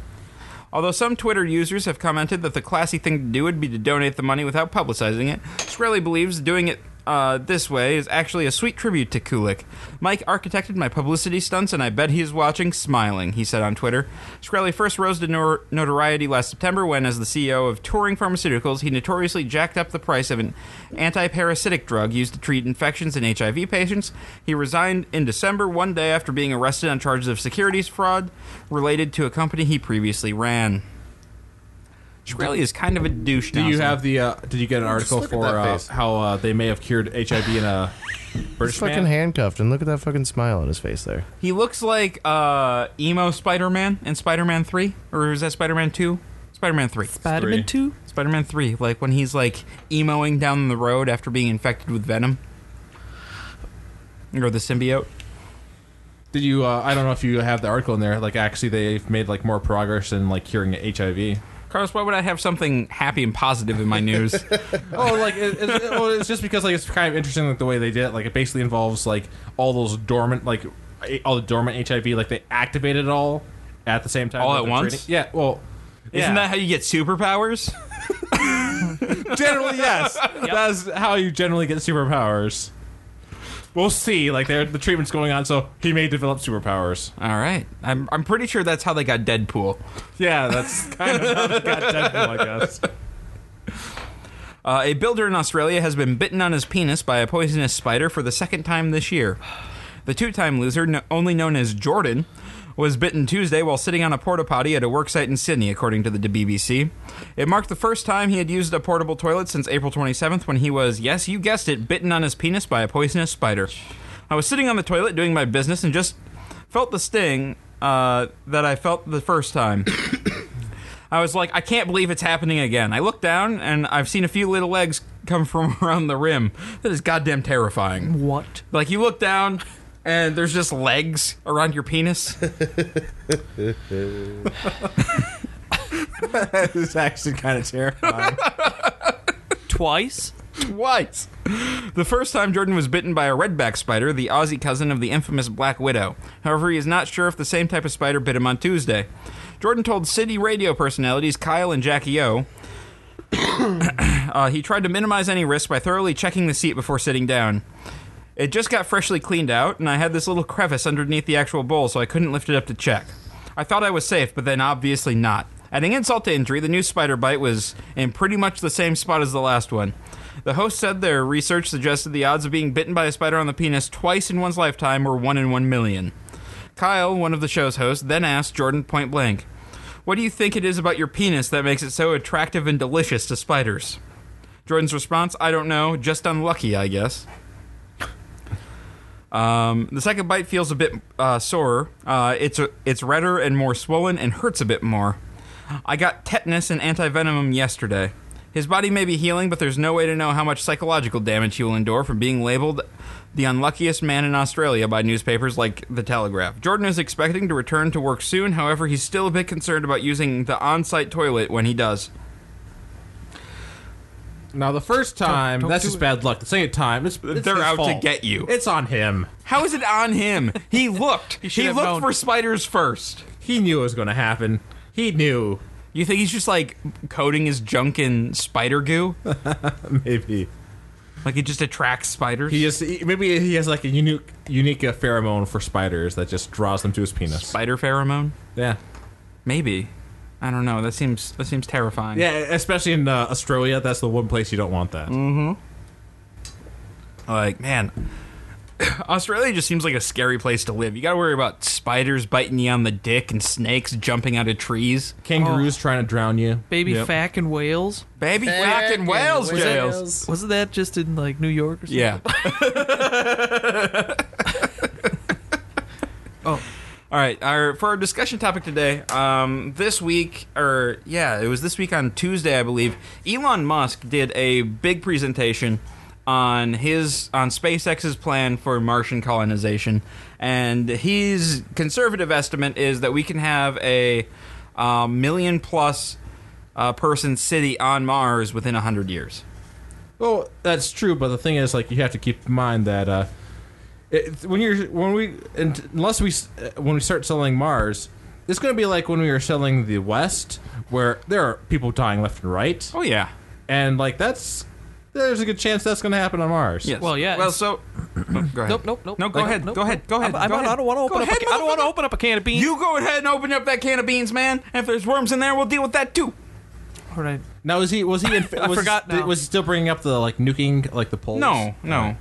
[SPEAKER 2] Although some Twitter users have commented that the classy thing to do would be to donate the money without publicizing it, Shkreli believes doing it uh, this way is actually a sweet tribute to Kulik. Mike architected my publicity stunts, and I bet he is watching, smiling, he said on Twitter. Shkreli first rose to nor- notoriety last September when, as the CEO of Touring Pharmaceuticals, he notoriously jacked up the price of an anti-parasitic drug used to treat infections in HIV patients. He resigned in December, one day after being arrested on charges of securities fraud related to a company he previously ran. Shkreli is kind of a douche.
[SPEAKER 3] Do
[SPEAKER 2] now,
[SPEAKER 3] you
[SPEAKER 2] so-
[SPEAKER 3] have the? Uh, did you get an article
[SPEAKER 5] look at
[SPEAKER 3] for
[SPEAKER 5] that
[SPEAKER 3] uh,
[SPEAKER 5] face.
[SPEAKER 3] how uh, they may have cured HIV in a
[SPEAKER 5] He's
[SPEAKER 3] British
[SPEAKER 5] fucking
[SPEAKER 3] man?
[SPEAKER 5] handcuffed, and look at that fucking smile on his face there.
[SPEAKER 2] He looks like uh, emo Spider-Man in Spider-Man Three, or is that Spider-Man Two? Spider-Man Three.
[SPEAKER 4] Spider-Man 2?
[SPEAKER 2] Spider-Man Three, like when he's like emoing down the road after being infected with venom, or the symbiote.
[SPEAKER 3] Did you? Uh, I don't know if you have the article in there. Like, actually, they've made like more progress in like curing HIV.
[SPEAKER 2] Carlos, why would I have something happy and positive in my news?
[SPEAKER 3] Oh, like it, it's, well, it's just because like it's kind of interesting like the way they did it. Like it basically involves like all those dormant like a- all the dormant HIV like they activate it all at the same time.
[SPEAKER 2] All
[SPEAKER 3] that
[SPEAKER 2] at
[SPEAKER 3] they're
[SPEAKER 2] once?
[SPEAKER 3] treating- Yeah. Well,
[SPEAKER 2] Isn't that how you get superpowers?
[SPEAKER 3] generally yes? That's how you generally get superpowers. We'll see. Like they're- the treatment's going on, so he may develop superpowers.
[SPEAKER 2] All right, I'm I'm pretty sure that's how they got Deadpool.
[SPEAKER 3] Yeah, that's kind of how they got Deadpool, I guess.
[SPEAKER 2] Uh, a builder in Australia has been bitten on his penis by a poisonous spider for the second time this year. The two time loser, no- only known as Jordan, was bitten Tuesday while sitting on a porta potty at a worksite in Sydney, according to the BBC. It marked the first time he had used a portable toilet since April 27th when he was, yes, you guessed it, bitten on his penis by a poisonous spider. I was sitting on the toilet doing my business and just felt the sting uh, that I felt the first time. I was like, I can't believe it's happening again. I looked down and I've seen a few little legs come from around the rim. That is goddamn terrifying.
[SPEAKER 4] What?
[SPEAKER 2] Like you look down and there's just legs around your penis.
[SPEAKER 3] It's actually kind of terrifying.
[SPEAKER 4] Twice?
[SPEAKER 2] Twice. The first time Jordan was bitten by a redback spider, the Aussie cousin of the infamous Black Widow. However, he is not sure if the same type of spider bit him on Tuesday. Jordan told city radio personalities Kyle and Jackie O Uh, he tried to minimize any risk by thoroughly checking the seat before sitting down. It just got freshly cleaned out, and I had this little crevice underneath the actual bowl, so I couldn't lift it up to check. I thought I was safe, but then obviously not. Adding insult to injury, the new spider bite was in pretty much the same spot as the last one. The host said their research suggested the odds of being bitten by a spider on the penis twice in one's lifetime were 1 in 1 million. Kyle, one of the show's hosts, then asked Jordan point blank, What do you think it is about your penis that makes it so attractive and delicious to spiders? Jordan's response, I don't know, just unlucky, I guess. Um, the second bite feels a bit uh, sorer. Uh, it's it's redder and more swollen and hurts a bit more. I got tetanus and antivenom yesterday. His body may be healing, but there's no way to know how much psychological damage he will endure from being labeled the unluckiest man in Australia by newspapers like The Telegraph. Jordan is expecting to return to work soon, however, he's still a bit concerned about using the on site toilet when he does.
[SPEAKER 3] now, the first time,
[SPEAKER 4] don't
[SPEAKER 3] that's
[SPEAKER 4] do
[SPEAKER 3] just
[SPEAKER 4] it.
[SPEAKER 3] bad luck. The second time, it's, it's
[SPEAKER 2] They're
[SPEAKER 3] his
[SPEAKER 2] out to
[SPEAKER 3] fault.
[SPEAKER 2] get you.
[SPEAKER 3] It's on him.
[SPEAKER 2] How is it on him? He looked.
[SPEAKER 4] should
[SPEAKER 2] he
[SPEAKER 4] have
[SPEAKER 2] looked
[SPEAKER 4] known.
[SPEAKER 2] for spiders first.
[SPEAKER 3] He knew it was going to happen. He knew.
[SPEAKER 2] You think he's just like coating his junk in spider goo?
[SPEAKER 3] Maybe
[SPEAKER 2] like it just attracts spiders?
[SPEAKER 3] he just he- maybe he has like a unique unique uh, pheromone for spiders that just draws them to his penis.
[SPEAKER 2] spider pheromone?
[SPEAKER 3] yeah,
[SPEAKER 2] Maybe. I don't know. That seems that seems terrifying.
[SPEAKER 3] yeah. Especially in uh, Australia, that's the one place you don't want that.
[SPEAKER 2] Like, man. Australia just seems like a scary place to live. You gotta worry about spiders biting you on the dick and snakes jumping out of trees.
[SPEAKER 3] Kangaroos trying to drown you.
[SPEAKER 4] Baby
[SPEAKER 2] Yep.
[SPEAKER 4] Fack and Whales?
[SPEAKER 2] Baby whack and whales jails.
[SPEAKER 4] Wasn't that just in, like, New York or something?
[SPEAKER 2] Yeah.
[SPEAKER 4] Oh.
[SPEAKER 2] All right. Our for our discussion topic today, um, this week, or yeah, it was this week on Tuesday, I believe. Elon Musk did a big presentation on his on SpaceX's plan for Martian colonization, and his conservative estimate is that we can have a uh, million plus uh, person city on Mars within hundred years.
[SPEAKER 3] Well, that's true, but the thing is, like, you have to keep in mind that uh, it, when you're when we and unless we s- uh, when we start selling Mars, it's going to be like when we were selling the West, where there are people dying left and right,
[SPEAKER 2] Oh yeah,
[SPEAKER 3] and like that's there's a good chance that's going to happen on Mars.
[SPEAKER 2] Yes.
[SPEAKER 4] Well, yeah,
[SPEAKER 2] Well,
[SPEAKER 4] it's-
[SPEAKER 2] so go ahead.
[SPEAKER 4] Nope, nope, nope.
[SPEAKER 2] No, go
[SPEAKER 4] Nope,
[SPEAKER 2] ahead.
[SPEAKER 4] nope,
[SPEAKER 2] go ahead.
[SPEAKER 4] nope.
[SPEAKER 2] Go ahead.
[SPEAKER 4] I'm- I'm
[SPEAKER 2] go
[SPEAKER 4] not-
[SPEAKER 2] ahead.
[SPEAKER 4] I don't want to
[SPEAKER 2] Go
[SPEAKER 4] open up.
[SPEAKER 2] ahead,
[SPEAKER 4] a ca- I don't want to
[SPEAKER 2] motherfucker.
[SPEAKER 4] open up a can of beans.
[SPEAKER 2] You go ahead and open up that can of beans, man. And if there's worms in there, we'll deal with that too.
[SPEAKER 4] All right.
[SPEAKER 3] Now was he was he in,
[SPEAKER 4] I
[SPEAKER 3] was,
[SPEAKER 4] forgot now.
[SPEAKER 3] was he still bringing up the like nuking like the poles?
[SPEAKER 2] No, no,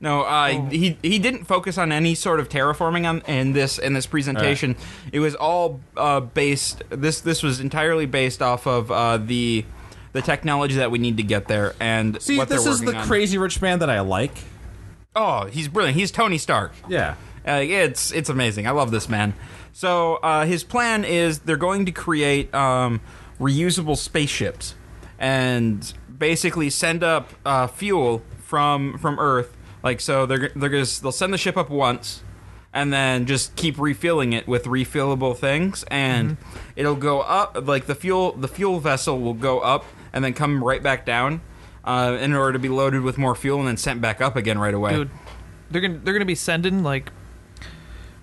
[SPEAKER 2] no. Uh,
[SPEAKER 4] Oh.
[SPEAKER 2] He he didn't focus on any sort of terraforming on in this in this presentation. It was all uh, based. This this was entirely based off of uh, the the technology that we need to get there and
[SPEAKER 3] See,
[SPEAKER 2] what
[SPEAKER 3] this
[SPEAKER 2] they're
[SPEAKER 3] is the
[SPEAKER 2] working on.
[SPEAKER 3] crazy rich man that I like.
[SPEAKER 2] Oh, he's brilliant. He's Tony Stark.
[SPEAKER 3] Yeah.
[SPEAKER 2] Uh, it's it's amazing. I love this man. So uh, his plan is they're going to create um, reusable spaceships and basically send up uh, fuel from from Earth. Like so, they're they're gonna, they'll send the ship up once and then just keep refilling it with refillable things and it'll go up like the fuel the fuel vessel will go up and then come right back down uh, in order to be loaded with more fuel and then sent back up again right away.
[SPEAKER 4] dude. They're gonna they're gonna be sending like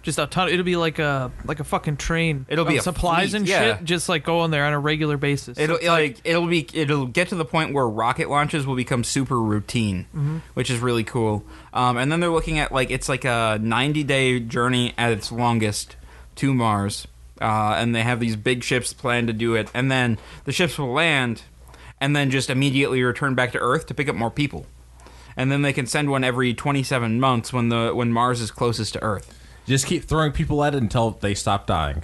[SPEAKER 4] just a ton. It'll be like a like a fucking train.
[SPEAKER 2] It'll be
[SPEAKER 4] of
[SPEAKER 2] a
[SPEAKER 4] supplies
[SPEAKER 2] fleet,
[SPEAKER 4] and
[SPEAKER 2] yeah.
[SPEAKER 4] shit. Just like going there on a regular basis.
[SPEAKER 2] It'll like it'll be it'll get to the point where rocket launches will become super routine, which is really cool. Um, and then they're looking at like it's like a 90 day journey at its longest to Mars, uh, and they have these big ships planned to do it. And then the ships will land, and then just immediately return back to Earth to pick up more people. And then they can send one every 27 months when the when Mars is closest to Earth.
[SPEAKER 3] Just keep throwing people at it until they stop dying.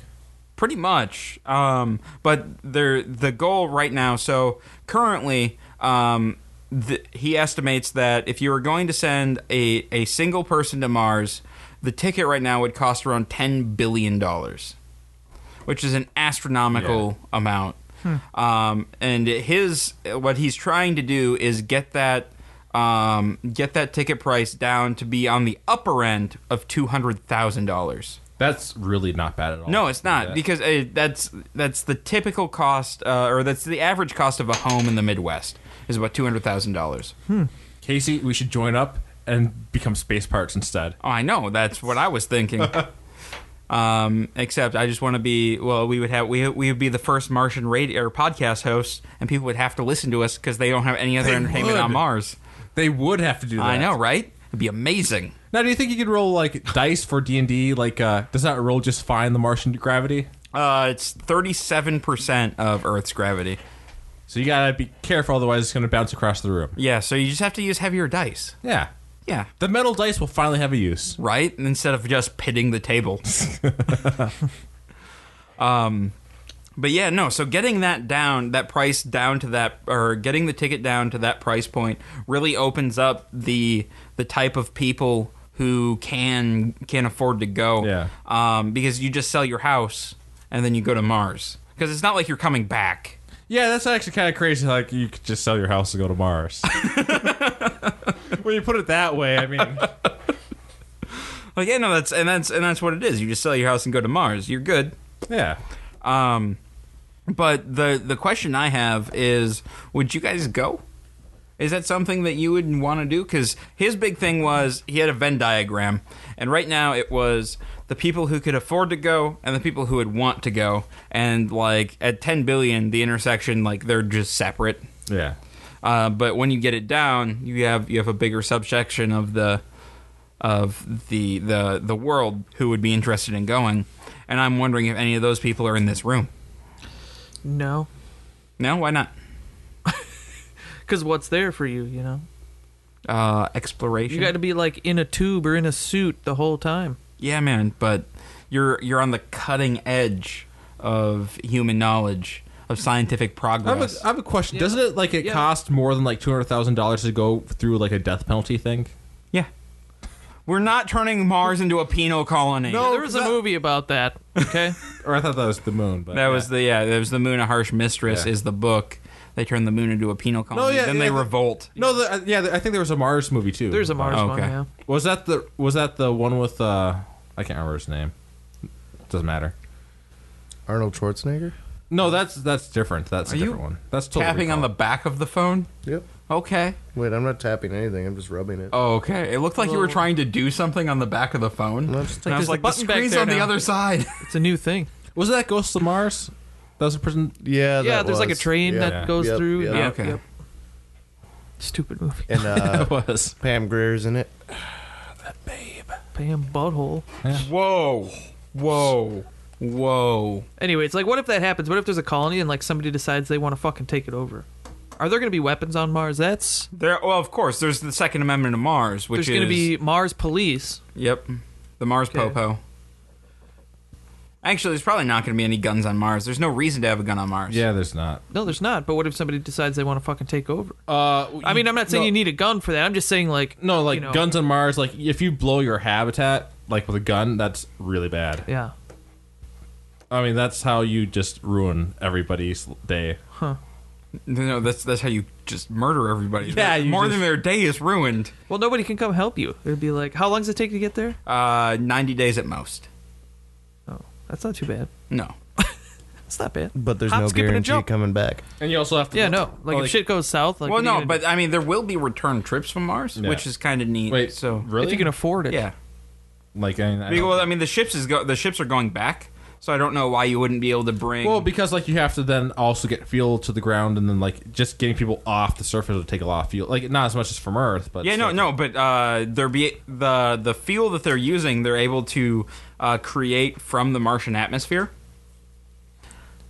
[SPEAKER 2] pretty much um, but they're the goal right now so currently um, the, he estimates that if you were going to send a, a single person to mars the ticket right now would cost around $10 billion which is an astronomical amount um, and his what he's trying to do is get that um, get that ticket price down to be on the upper end of two hundred thousand dollars.
[SPEAKER 3] That's really not bad at all.
[SPEAKER 2] No, it's not
[SPEAKER 3] Yeah.
[SPEAKER 2] because uh, that's that's the typical cost, uh, or that's the average cost of a home in the Midwest is about two hundred thousand dollars.
[SPEAKER 3] Hmm. Casey, we should join up and become space parts instead.
[SPEAKER 2] Oh, I know. That's what I was thinking. um, except I just want to be. Well, we would have we we would be the first Martian radio or podcast host, and people would have to listen to us because they don't have any other
[SPEAKER 3] They
[SPEAKER 2] entertainment
[SPEAKER 3] would.
[SPEAKER 2] on Mars.
[SPEAKER 3] They would have to do that.
[SPEAKER 2] I know, right? It'd be amazing.
[SPEAKER 3] Now, do you think you could roll like dice for D and D? Like, uh, does that roll just fine the Martian gravity?
[SPEAKER 2] Uh, it's thirty-seven percent of Earth's gravity.
[SPEAKER 3] So you gotta be careful, otherwise it's gonna bounce across the room.
[SPEAKER 2] Yeah, so you just have to use heavier dice.
[SPEAKER 3] Yeah,
[SPEAKER 2] Yeah,
[SPEAKER 3] the metal dice will finally have a use.
[SPEAKER 2] right? Instead of just pitting the table. um, but yeah, no. So getting that down, that price down to that, or getting the ticket down to that price point, really opens up the the type of people who can can afford to go.
[SPEAKER 3] Yeah.
[SPEAKER 2] Um, because you just sell your house and then you go to Mars. Because it's not like you're coming back.
[SPEAKER 3] Yeah, that's actually kind of crazy. Like, you could just sell your house and go to Mars. when you put it that way, I mean,
[SPEAKER 2] Like yeah, no, that's and that's and that's what it is. You just sell your house and go to Mars. You're good.
[SPEAKER 3] yeah.
[SPEAKER 2] Um, but the the question I have is, would you guys go? Is that something that you would want to do? Because his big thing was he had a Venn diagram, and right now it was the people who could afford to go and the people who would want to go, and like at ten billion, the intersection like they're just separate.
[SPEAKER 3] Yeah.
[SPEAKER 2] Uh, but when you get it down, you have you have a bigger subsection of the of the the the world who would be interested in going. And I'm wondering if any of those people are in this room.
[SPEAKER 4] no,
[SPEAKER 2] No, why not?
[SPEAKER 4] because what's there for you? You know,
[SPEAKER 2] Uh, exploration.
[SPEAKER 4] you got to be like in a tube or in a suit the whole time.
[SPEAKER 2] yeah, man. But you're you're on the cutting edge of human knowledge of scientific
[SPEAKER 3] I have, a,
[SPEAKER 2] progress.
[SPEAKER 3] I have a question. Doesn't it like it
[SPEAKER 4] Yeah.
[SPEAKER 3] cost more than like two hundred thousand dollars to go through like a death penalty thing?
[SPEAKER 2] yeah. We're not turning Mars into a penal colony.
[SPEAKER 3] No. Oh,
[SPEAKER 4] there was a
[SPEAKER 3] that-
[SPEAKER 4] movie about that. Okay,
[SPEAKER 3] Or I thought that was the moon, but
[SPEAKER 2] That was the yeah. That was the Moon, a harsh mistress
[SPEAKER 3] Yeah.
[SPEAKER 2] is the book They turn the moon into a penal colony.
[SPEAKER 3] yeah,
[SPEAKER 2] then
[SPEAKER 3] yeah,
[SPEAKER 2] they
[SPEAKER 3] the-
[SPEAKER 2] revolt.
[SPEAKER 3] No, the, uh, yeah, I think there was a Mars movie too.
[SPEAKER 4] There's a Mars one,
[SPEAKER 2] Oh, Okay.
[SPEAKER 4] yeah.
[SPEAKER 3] Was that the was that the one with uh I can't remember his name. Doesn't matter.
[SPEAKER 5] Arnold Schwarzenegger.
[SPEAKER 3] No, that's that's different. That's
[SPEAKER 2] Are
[SPEAKER 3] a
[SPEAKER 2] you
[SPEAKER 3] different one. That's totally
[SPEAKER 2] Tapping on the
[SPEAKER 3] Recall.
[SPEAKER 2] back of the phone.
[SPEAKER 5] Yep.
[SPEAKER 2] Okay.
[SPEAKER 5] Wait, I'm not tapping anything. I'm just rubbing it.
[SPEAKER 2] Oh, okay. It looked like you were
[SPEAKER 4] Little-
[SPEAKER 2] trying to do something on the back of the phone.
[SPEAKER 5] I'm just-
[SPEAKER 2] And I
[SPEAKER 4] Like,
[SPEAKER 2] was
[SPEAKER 4] there's a
[SPEAKER 2] like, the
[SPEAKER 4] button back
[SPEAKER 2] screen's
[SPEAKER 4] there
[SPEAKER 2] on the
[SPEAKER 4] now.
[SPEAKER 2] other side.
[SPEAKER 4] It's a new thing.
[SPEAKER 3] Was that Ghost of Mars? That was a prison.
[SPEAKER 5] yeah.
[SPEAKER 4] yeah,
[SPEAKER 5] that
[SPEAKER 4] there's like a
[SPEAKER 5] was-
[SPEAKER 4] train
[SPEAKER 5] yeah.
[SPEAKER 4] that goes
[SPEAKER 5] Yep,
[SPEAKER 4] through.
[SPEAKER 5] yep.
[SPEAKER 2] Yeah, okay.
[SPEAKER 4] Stupid movie.
[SPEAKER 5] And uh,
[SPEAKER 3] was.
[SPEAKER 5] Pam Greer's in it.
[SPEAKER 4] Bam, butthole.
[SPEAKER 2] Whoa. Whoa. Whoa.
[SPEAKER 4] Anyway, it's like, what if that happens? What if there's a colony and like somebody decides they want to fucking take it over? Are there going to be weapons on Mars? That's
[SPEAKER 2] There. Well, of course, there's the Second Amendment to Mars, which
[SPEAKER 4] there's going
[SPEAKER 2] is
[SPEAKER 4] to be Mars police.
[SPEAKER 2] Yep. The Mars
[SPEAKER 4] Okay.
[SPEAKER 2] Popo. Actually, there's probably not going to be any guns on Mars. There's no reason to have a gun on Mars.
[SPEAKER 3] Yeah, there's not.
[SPEAKER 4] No, there's not. But what if somebody decides they want to fucking take over?
[SPEAKER 3] Uh,
[SPEAKER 4] I mean, I'm not saying
[SPEAKER 3] no,
[SPEAKER 4] you need a gun for that. I'm just saying like
[SPEAKER 3] No, like
[SPEAKER 4] you know.
[SPEAKER 3] guns on Mars. Like if you blow your habitat, like with a gun, that's really bad.
[SPEAKER 4] yeah.
[SPEAKER 3] I mean, that's how you just ruin everybody's day.
[SPEAKER 2] No, that's that's how you just murder everybody.
[SPEAKER 3] Yeah, you
[SPEAKER 2] more
[SPEAKER 3] just-
[SPEAKER 2] than their day is ruined.
[SPEAKER 4] Well, nobody can come help you. It'd be like, how long does it take to get there?
[SPEAKER 2] Uh, 90 days at most.
[SPEAKER 4] Oh, that's not too bad.
[SPEAKER 2] No.
[SPEAKER 4] That's not bad.
[SPEAKER 5] But there's
[SPEAKER 4] Hop,
[SPEAKER 5] no
[SPEAKER 4] skip, and a
[SPEAKER 5] guarantee
[SPEAKER 4] jump.
[SPEAKER 5] coming back.
[SPEAKER 3] And you also have to. Oh,
[SPEAKER 4] Yeah, no. Like, if shit goes south, like
[SPEAKER 2] well,
[SPEAKER 4] what are you
[SPEAKER 2] no,
[SPEAKER 4] gonna
[SPEAKER 2] but
[SPEAKER 4] do?
[SPEAKER 2] I mean, there will be return trips from Mars,
[SPEAKER 3] Yeah.
[SPEAKER 2] which is kind of neat.
[SPEAKER 3] Wait,
[SPEAKER 2] so
[SPEAKER 3] really?
[SPEAKER 4] if you can afford it,
[SPEAKER 2] yeah.
[SPEAKER 3] Like, I mean, I don't-
[SPEAKER 2] Well, I mean, the ships is go- the ships are going back, so I don't know why you wouldn't be able to bring.
[SPEAKER 3] Well, because like you have to then also get fuel to the ground, and then like just getting people off the surface would take a lot of fuel. Like not as much as from Earth, but
[SPEAKER 2] Yeah, no,
[SPEAKER 3] still-
[SPEAKER 2] no, but uh, there be the the fuel that they're using, they're able to uh, create from the Martian atmosphere.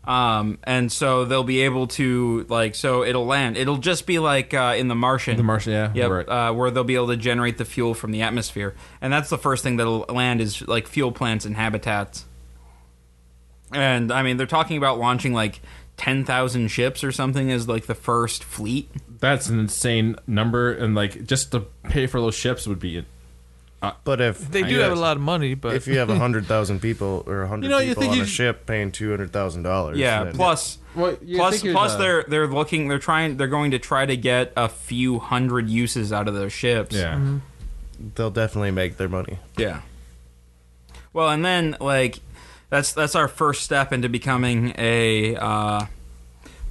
[SPEAKER 2] Um, and so they'll be able to like, so it'll land. It'll just be like uh, in the Martian,
[SPEAKER 3] The Martian, yeah,
[SPEAKER 2] yep,
[SPEAKER 3] right.
[SPEAKER 2] uh, where they'll be able to generate the fuel from the atmosphere, and that's the first thing that'll land is like fuel plants and habitats. And I mean, they're talking about launching like ten thousand ships or something as like the first fleet.
[SPEAKER 3] that's an insane number, and like just to pay for those ships would be.
[SPEAKER 5] But if
[SPEAKER 4] they do have a lot of money. But
[SPEAKER 5] if you have hundred thousand people or hundred
[SPEAKER 3] You know, you
[SPEAKER 5] people
[SPEAKER 3] think
[SPEAKER 5] on
[SPEAKER 3] you
[SPEAKER 5] a
[SPEAKER 3] sh-
[SPEAKER 5] ship paying two hundred thousand dollars,
[SPEAKER 2] Yeah. Plus,
[SPEAKER 3] Well, you
[SPEAKER 2] plus,
[SPEAKER 3] think you're
[SPEAKER 2] plus
[SPEAKER 3] the-
[SPEAKER 2] they're they're looking. They're trying. They're going to try to get a few hundred uses out of those ships.
[SPEAKER 3] Yeah,
[SPEAKER 4] Mm-hmm.
[SPEAKER 5] they'll definitely make their money.
[SPEAKER 2] Yeah. Well, and then like, that's that's our first step into becoming a. Uh,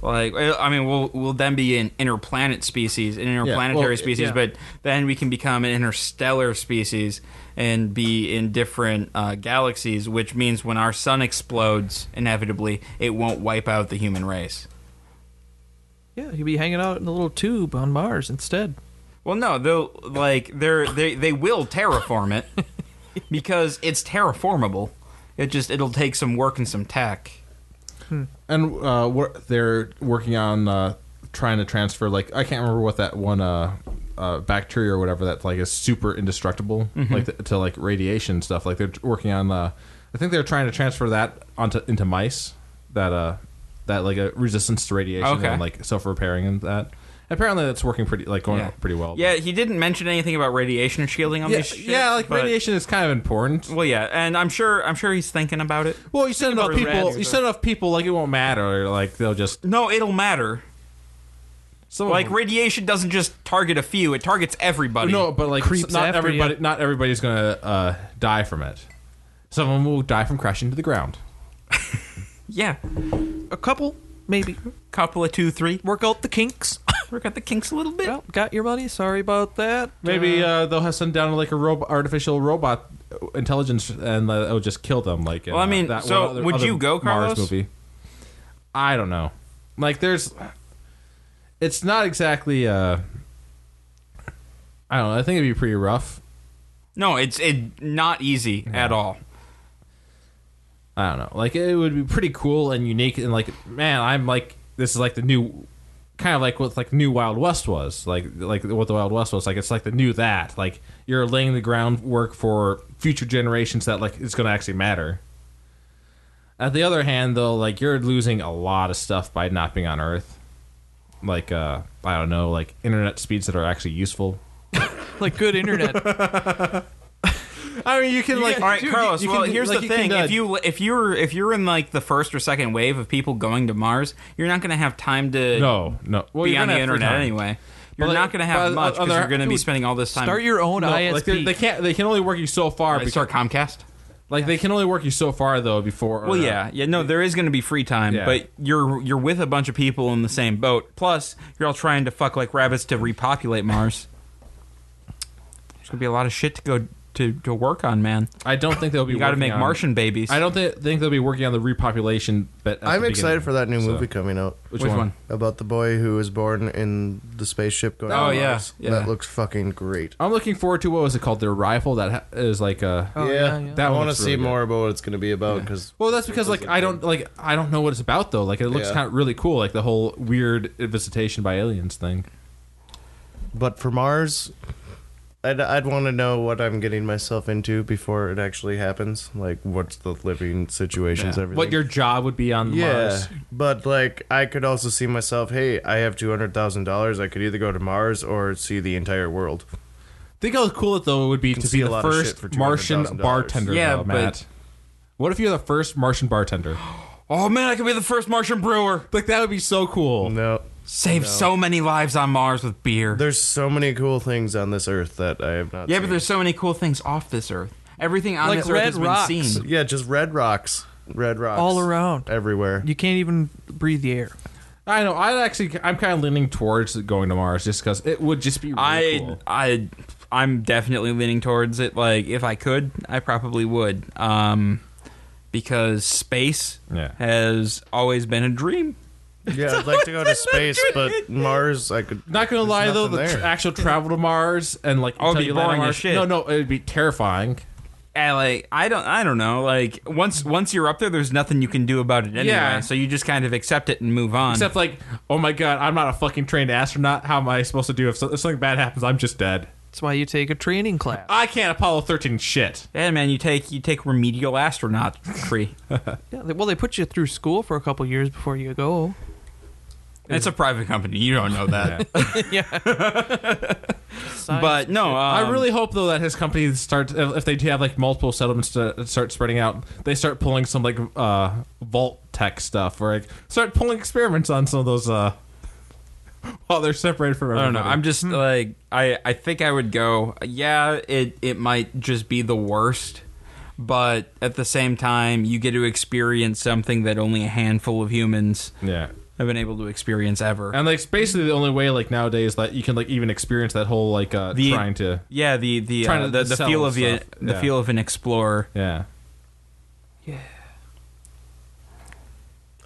[SPEAKER 2] like I mean, we'll we'll then be an interplanet species, an interplanetary
[SPEAKER 3] well,
[SPEAKER 2] species,
[SPEAKER 4] yeah.
[SPEAKER 2] but then we can become an interstellar species and be in different uh, galaxies, which means when our sun explodes, inevitably, it won't wipe out the human race.
[SPEAKER 4] yeah, you'd be hanging out in a little tube on Mars instead.
[SPEAKER 2] Well, no, they'll like they're they they will terraform it because it's terraformable. It just it'll take some work and some tech.
[SPEAKER 3] and uh, what they're working on uh, trying to transfer. Like I can't remember what that one uh, uh, bacteria or whatever that like is super indestructible,
[SPEAKER 2] Mm-hmm.
[SPEAKER 3] like th- to like radiation stuff. Like they're working on. Uh, I think they're trying to transfer that onto into mice that uh that like a resistance to radiation
[SPEAKER 2] Okay.
[SPEAKER 3] and like self repairing and that. Apparently that's working pretty like going
[SPEAKER 2] Yeah.
[SPEAKER 3] pretty well.
[SPEAKER 2] Yeah, he didn't mention anything about radiation shielding on
[SPEAKER 3] Yeah,
[SPEAKER 2] these. Ships,
[SPEAKER 3] yeah, like
[SPEAKER 2] but-
[SPEAKER 3] radiation is kind of important.
[SPEAKER 2] Well, yeah, and I'm sure I'm sure he's thinking about it.
[SPEAKER 3] Well, you send enough
[SPEAKER 2] about
[SPEAKER 3] people,
[SPEAKER 2] rats,
[SPEAKER 3] you
[SPEAKER 2] though.
[SPEAKER 3] send enough people, like it won't matter. Like they'll just
[SPEAKER 2] No, it'll matter.
[SPEAKER 3] some of
[SPEAKER 2] Like
[SPEAKER 3] them-
[SPEAKER 2] radiation doesn't just target a few; it targets everybody.
[SPEAKER 3] No, but like
[SPEAKER 4] creeps
[SPEAKER 3] not
[SPEAKER 4] after
[SPEAKER 3] everybody,
[SPEAKER 4] you.
[SPEAKER 3] not everybody's gonna uh, die from it. Some of them will die from crashing to the ground.
[SPEAKER 2] Yeah,
[SPEAKER 4] A couple, maybe.
[SPEAKER 2] couple of two, three.
[SPEAKER 4] Work out the kinks.
[SPEAKER 2] Work out the kinks a little bit.
[SPEAKER 4] well, got your money. Sorry about that.
[SPEAKER 3] Maybe uh, they'll have sent down like a robo- artificial robot uh, intelligence, and uh, it'll just kill them. Like, in,
[SPEAKER 2] Well, I
[SPEAKER 3] uh,
[SPEAKER 2] mean,
[SPEAKER 3] that
[SPEAKER 2] so
[SPEAKER 3] one other-
[SPEAKER 2] would
[SPEAKER 3] other
[SPEAKER 2] you go, Carlos?
[SPEAKER 3] Mars movie. I don't know. Like, there's, it's not exactly. Uh, I don't know. I think it'd be pretty rough.
[SPEAKER 2] No, it's it not easy at all.
[SPEAKER 3] I don't know. Like it would be pretty cool and unique and like man, I'm like this is like the new kind of like what like new Wild West was. Like like what the Wild West was. Like it's like the new that. Like you're laying the groundwork for future generations that like it's gonna actually matter. At the other hand though, like you're losing a lot of stuff by not being on Earth. Like uh I don't know,
[SPEAKER 4] Uh,
[SPEAKER 3] like internet speeds that are actually useful.
[SPEAKER 4] Like good internet.
[SPEAKER 3] I mean, you can like.
[SPEAKER 2] all right,
[SPEAKER 3] dude, you-
[SPEAKER 2] Carlos.
[SPEAKER 3] you
[SPEAKER 2] well,
[SPEAKER 3] can-
[SPEAKER 2] here's
[SPEAKER 3] like,
[SPEAKER 2] the
[SPEAKER 3] you can,
[SPEAKER 2] thing:
[SPEAKER 3] uh,
[SPEAKER 2] if you if you're if you're in like the first or second wave of people going to Mars, you're not going to have time to
[SPEAKER 3] no, no, well,
[SPEAKER 2] be
[SPEAKER 3] you're
[SPEAKER 2] on
[SPEAKER 3] gonna
[SPEAKER 2] the
[SPEAKER 3] have free
[SPEAKER 2] internet
[SPEAKER 3] time.
[SPEAKER 2] anyway. You're
[SPEAKER 3] But,
[SPEAKER 2] not going to
[SPEAKER 3] but
[SPEAKER 2] have much because
[SPEAKER 3] other-
[SPEAKER 2] you're going to be
[SPEAKER 3] dude,
[SPEAKER 2] spending all this time.
[SPEAKER 4] Start your own
[SPEAKER 3] No,
[SPEAKER 4] ISP.
[SPEAKER 3] like they, they can't. They can only work you so far.
[SPEAKER 2] I
[SPEAKER 3] Because,
[SPEAKER 2] start Comcast.
[SPEAKER 3] like they can only work you so far though before.
[SPEAKER 2] Well, yeah, yeah. No, there is going to be free time,
[SPEAKER 3] Yeah.
[SPEAKER 2] but you're you're with a bunch of people in the same boat. Plus, you're all trying to fuck like rabbits to repopulate Mars. There's going to be a lot of shit to go to to work on, man.
[SPEAKER 3] I don't think they'll be.
[SPEAKER 2] You got to
[SPEAKER 3] working
[SPEAKER 2] make
[SPEAKER 3] on-
[SPEAKER 2] Martian babies.
[SPEAKER 3] I don't think think they'll be working on the repopulation. But
[SPEAKER 5] I'm excited for that new movie coming out
[SPEAKER 3] Which,
[SPEAKER 2] Which
[SPEAKER 3] one?
[SPEAKER 2] one?
[SPEAKER 5] about the boy who was born in the spaceship going.
[SPEAKER 2] Oh,
[SPEAKER 5] to
[SPEAKER 2] yeah,
[SPEAKER 5] Mars.
[SPEAKER 2] yeah.
[SPEAKER 5] that looks fucking great.
[SPEAKER 3] I'm looking forward to what was it called? The rival that ha- is like uh, a.
[SPEAKER 4] Oh, yeah, yeah.
[SPEAKER 3] That
[SPEAKER 5] I
[SPEAKER 3] one
[SPEAKER 5] want to
[SPEAKER 3] looks
[SPEAKER 5] see
[SPEAKER 3] really good.
[SPEAKER 5] more about what it's going to be about because
[SPEAKER 3] Well, that's because like I don't like I don't know what it's about though. Like it looks
[SPEAKER 5] Yeah.
[SPEAKER 3] kind of really cool, like the whole weird visitation by aliens thing.
[SPEAKER 5] but for Mars, I'd, I'd want to know what I'm getting myself into before it actually happens. Like, what's the living situations, everything.
[SPEAKER 3] What your job would be on
[SPEAKER 5] yeah,
[SPEAKER 3] Mars?
[SPEAKER 5] but like I could also see myself. Hey, I have two hundred thousand dollars. I could either go to Mars or see the entire world.
[SPEAKER 3] Think how cool it though would be to
[SPEAKER 5] see
[SPEAKER 3] be
[SPEAKER 5] a
[SPEAKER 3] the
[SPEAKER 5] lot of
[SPEAKER 3] first
[SPEAKER 5] shit for
[SPEAKER 3] Martian
[SPEAKER 5] $200,000.
[SPEAKER 3] bartender.
[SPEAKER 2] Yeah,
[SPEAKER 3] though,
[SPEAKER 2] but-
[SPEAKER 3] Matt. What if you're the first Martian bartender?
[SPEAKER 2] Oh man, I could be the first Martian brewer.
[SPEAKER 3] Like that would be so cool.
[SPEAKER 5] No,
[SPEAKER 2] Save so many lives on Mars with beer.
[SPEAKER 5] there's so many cool things on this Earth that I have not.
[SPEAKER 2] yeah,
[SPEAKER 5] seen.
[SPEAKER 2] but there's so many cool things off this Earth. Everything on
[SPEAKER 4] Like
[SPEAKER 2] this
[SPEAKER 4] red
[SPEAKER 2] Earth has
[SPEAKER 4] rocks.
[SPEAKER 2] been seen.
[SPEAKER 5] yeah, just red rocks, red rocks
[SPEAKER 4] all around.
[SPEAKER 5] everywhere.
[SPEAKER 4] You can't even breathe the air.
[SPEAKER 3] I know. I actually, I'm kind of leaning towards going to Mars just because it would just be. Really
[SPEAKER 2] I
[SPEAKER 3] cool.
[SPEAKER 2] I I'm definitely leaning towards it. Like if I could, I probably would. Um, because space
[SPEAKER 3] Yeah.
[SPEAKER 2] has always been a dream.
[SPEAKER 5] Yeah, I'd like to go to space, but Mars, I could.
[SPEAKER 3] Not gonna
[SPEAKER 5] there's
[SPEAKER 3] lie though, the
[SPEAKER 5] nothing
[SPEAKER 3] tr
[SPEAKER 5] there.
[SPEAKER 3] actual travel to Mars and like
[SPEAKER 2] Oh, it'd
[SPEAKER 3] until
[SPEAKER 2] be
[SPEAKER 3] you land on
[SPEAKER 2] boring as
[SPEAKER 3] Mars-
[SPEAKER 2] shit.
[SPEAKER 3] No, no, it'd be terrifying.
[SPEAKER 2] And like I don't I don't know. Like once once you're up there, there's nothing you can do about it anyway.
[SPEAKER 3] Yeah.
[SPEAKER 2] So you just kind of accept it and move on.
[SPEAKER 3] Except like, oh my god, I'm not a fucking trained astronaut. How am I supposed to do if, so- if something bad happens? I'm just dead.
[SPEAKER 4] That's why you take a training class.
[SPEAKER 3] I can't Apollo 13 shit.
[SPEAKER 2] yeah, man, you take you take remedial astronaut tree.
[SPEAKER 4] Yeah, they- well, they put you through school for a couple years before you go.
[SPEAKER 2] it's a private company. You don't know that.
[SPEAKER 4] Science.
[SPEAKER 2] But no, um,
[SPEAKER 3] I really hope though that his company starts if they do have like multiple settlements to start spreading out, they start pulling some like uh vault tech stuff or like start pulling experiments on some of those uh while they're separated from
[SPEAKER 2] I don't
[SPEAKER 3] everybody.
[SPEAKER 2] know. I'm just
[SPEAKER 3] Hmm.
[SPEAKER 2] like I I think I would go. Yeah, it it might just be the worst, but at the same time, you get to experience something that only a handful of humans
[SPEAKER 3] yeah.
[SPEAKER 2] have been able to experience ever.
[SPEAKER 3] And like it's basically the only way like nowadays that you can like even experience that whole like uh
[SPEAKER 2] The-
[SPEAKER 3] trying to
[SPEAKER 2] yeah, the the
[SPEAKER 3] Trying
[SPEAKER 2] uh,
[SPEAKER 3] to
[SPEAKER 2] the, the
[SPEAKER 3] sell
[SPEAKER 2] feel of the
[SPEAKER 3] stuff.
[SPEAKER 2] the
[SPEAKER 3] Yeah.
[SPEAKER 2] feel of an explorer.
[SPEAKER 3] yeah.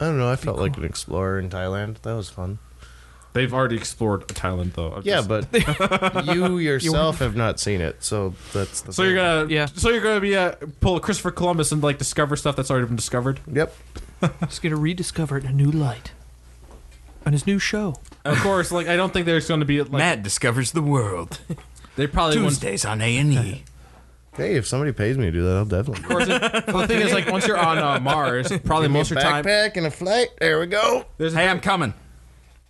[SPEAKER 5] I don't know. I felt like an explorer in Thailand. That was fun.
[SPEAKER 3] They've already explored Thailand though. I'm
[SPEAKER 5] Yeah,
[SPEAKER 3] just-
[SPEAKER 5] but you yourself have not seen it, so that's the.
[SPEAKER 3] so you're
[SPEAKER 5] thing.
[SPEAKER 3] gonna
[SPEAKER 4] Yeah.
[SPEAKER 3] so you're gonna be uh pull Christopher Columbus and like discover stuff that's already been discovered.
[SPEAKER 5] Yep.
[SPEAKER 4] It's going to rediscover it in a new light on his new show.
[SPEAKER 3] Of course, like I don't think there's going to be like
[SPEAKER 2] Matt discovers the world
[SPEAKER 3] they probably won't-
[SPEAKER 2] Tuesdays on A and E.
[SPEAKER 5] Hey, if somebody pays me to do that, I'll definitely.
[SPEAKER 3] Of course, it- well, the thing is, like, once you're on uh, Mars, probably most of your time.
[SPEAKER 5] Backpack and a flight. There we go.
[SPEAKER 3] There's
[SPEAKER 2] Hey, I'm coming.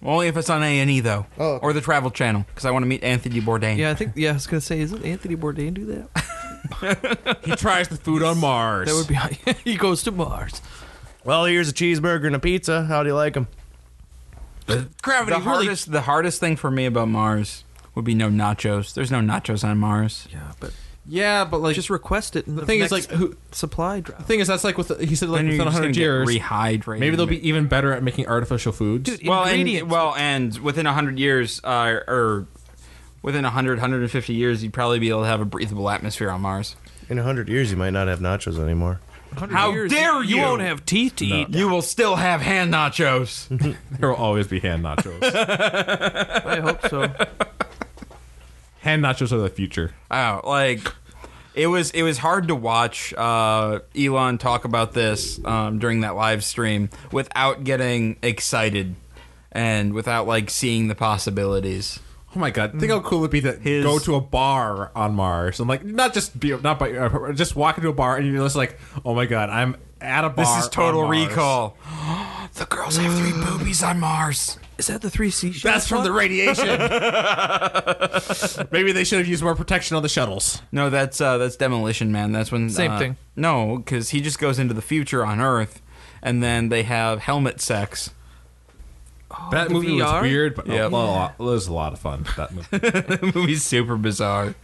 [SPEAKER 2] Only if it's on A and E though,
[SPEAKER 5] Oh, okay.
[SPEAKER 2] or the Travel Channel, because I want to meet Anthony Bourdain.
[SPEAKER 4] Yeah, I think. Yeah, I was going to say, isn't Anthony Bourdain do that?
[SPEAKER 3] he tries the food on Mars.
[SPEAKER 4] That would be. he goes to Mars.
[SPEAKER 5] Well, here's a cheeseburger and a pizza. How do you like them?
[SPEAKER 2] Gravity. The hardest, the hardest thing for me about Mars would be no nachos. There's no nachos on Mars.
[SPEAKER 4] Yeah, but
[SPEAKER 3] yeah, but like,
[SPEAKER 4] just request it. In the,
[SPEAKER 3] thing is,
[SPEAKER 4] next
[SPEAKER 3] like, who-
[SPEAKER 4] supply drop.
[SPEAKER 3] the thing is, that's like with he said like
[SPEAKER 2] Then you're
[SPEAKER 3] within
[SPEAKER 2] just gonna
[SPEAKER 3] 100
[SPEAKER 2] get
[SPEAKER 3] years,
[SPEAKER 2] rehydrated.
[SPEAKER 3] maybe they'll be even better at making artificial foods.
[SPEAKER 4] Dude,
[SPEAKER 2] well, and,
[SPEAKER 4] ingredients.
[SPEAKER 2] well, and within 100 years, uh, or within 100, 150 years, you'd probably be able to have a breathable atmosphere on Mars.
[SPEAKER 5] In a hundred years, you might not have nachos anymore.
[SPEAKER 4] 100
[SPEAKER 2] How
[SPEAKER 4] years,
[SPEAKER 2] dare
[SPEAKER 4] you?
[SPEAKER 2] you!
[SPEAKER 4] won't have teeth to eat.
[SPEAKER 2] You will still have hand nachos.
[SPEAKER 3] There will always be hand nachos.
[SPEAKER 4] I hope so.
[SPEAKER 3] hand nachos are the future.
[SPEAKER 2] Wow, like it was it was hard to watch uh, Elon talk about this um, during that live stream without getting excited and without like seeing the possibilities.
[SPEAKER 3] Oh my god! Think how cool it'd be to
[SPEAKER 2] His-
[SPEAKER 3] go to a bar on Mars and like not just be not by uh, just walk into a bar and you're just like, oh my god, I'm at a bar.
[SPEAKER 2] This is Total
[SPEAKER 3] on Mars."
[SPEAKER 2] Recall. The girls have three boobies on Mars.
[SPEAKER 4] Is that the three seashells?
[SPEAKER 3] That's from the
[SPEAKER 4] one?
[SPEAKER 3] radiation. Maybe they should have used more protection on the shuttles.
[SPEAKER 2] No, that's uh, that's demolition man. That's when
[SPEAKER 4] Same
[SPEAKER 2] uh,
[SPEAKER 4] thing.
[SPEAKER 2] No, because he just goes into the future on Earth, and then they have helmet sex.
[SPEAKER 3] that
[SPEAKER 4] the
[SPEAKER 3] movie was
[SPEAKER 4] VR?
[SPEAKER 3] weird, but
[SPEAKER 2] Yeah.
[SPEAKER 3] a lot- it was a lot of fun. That movie.
[SPEAKER 2] the movie's super bizarre.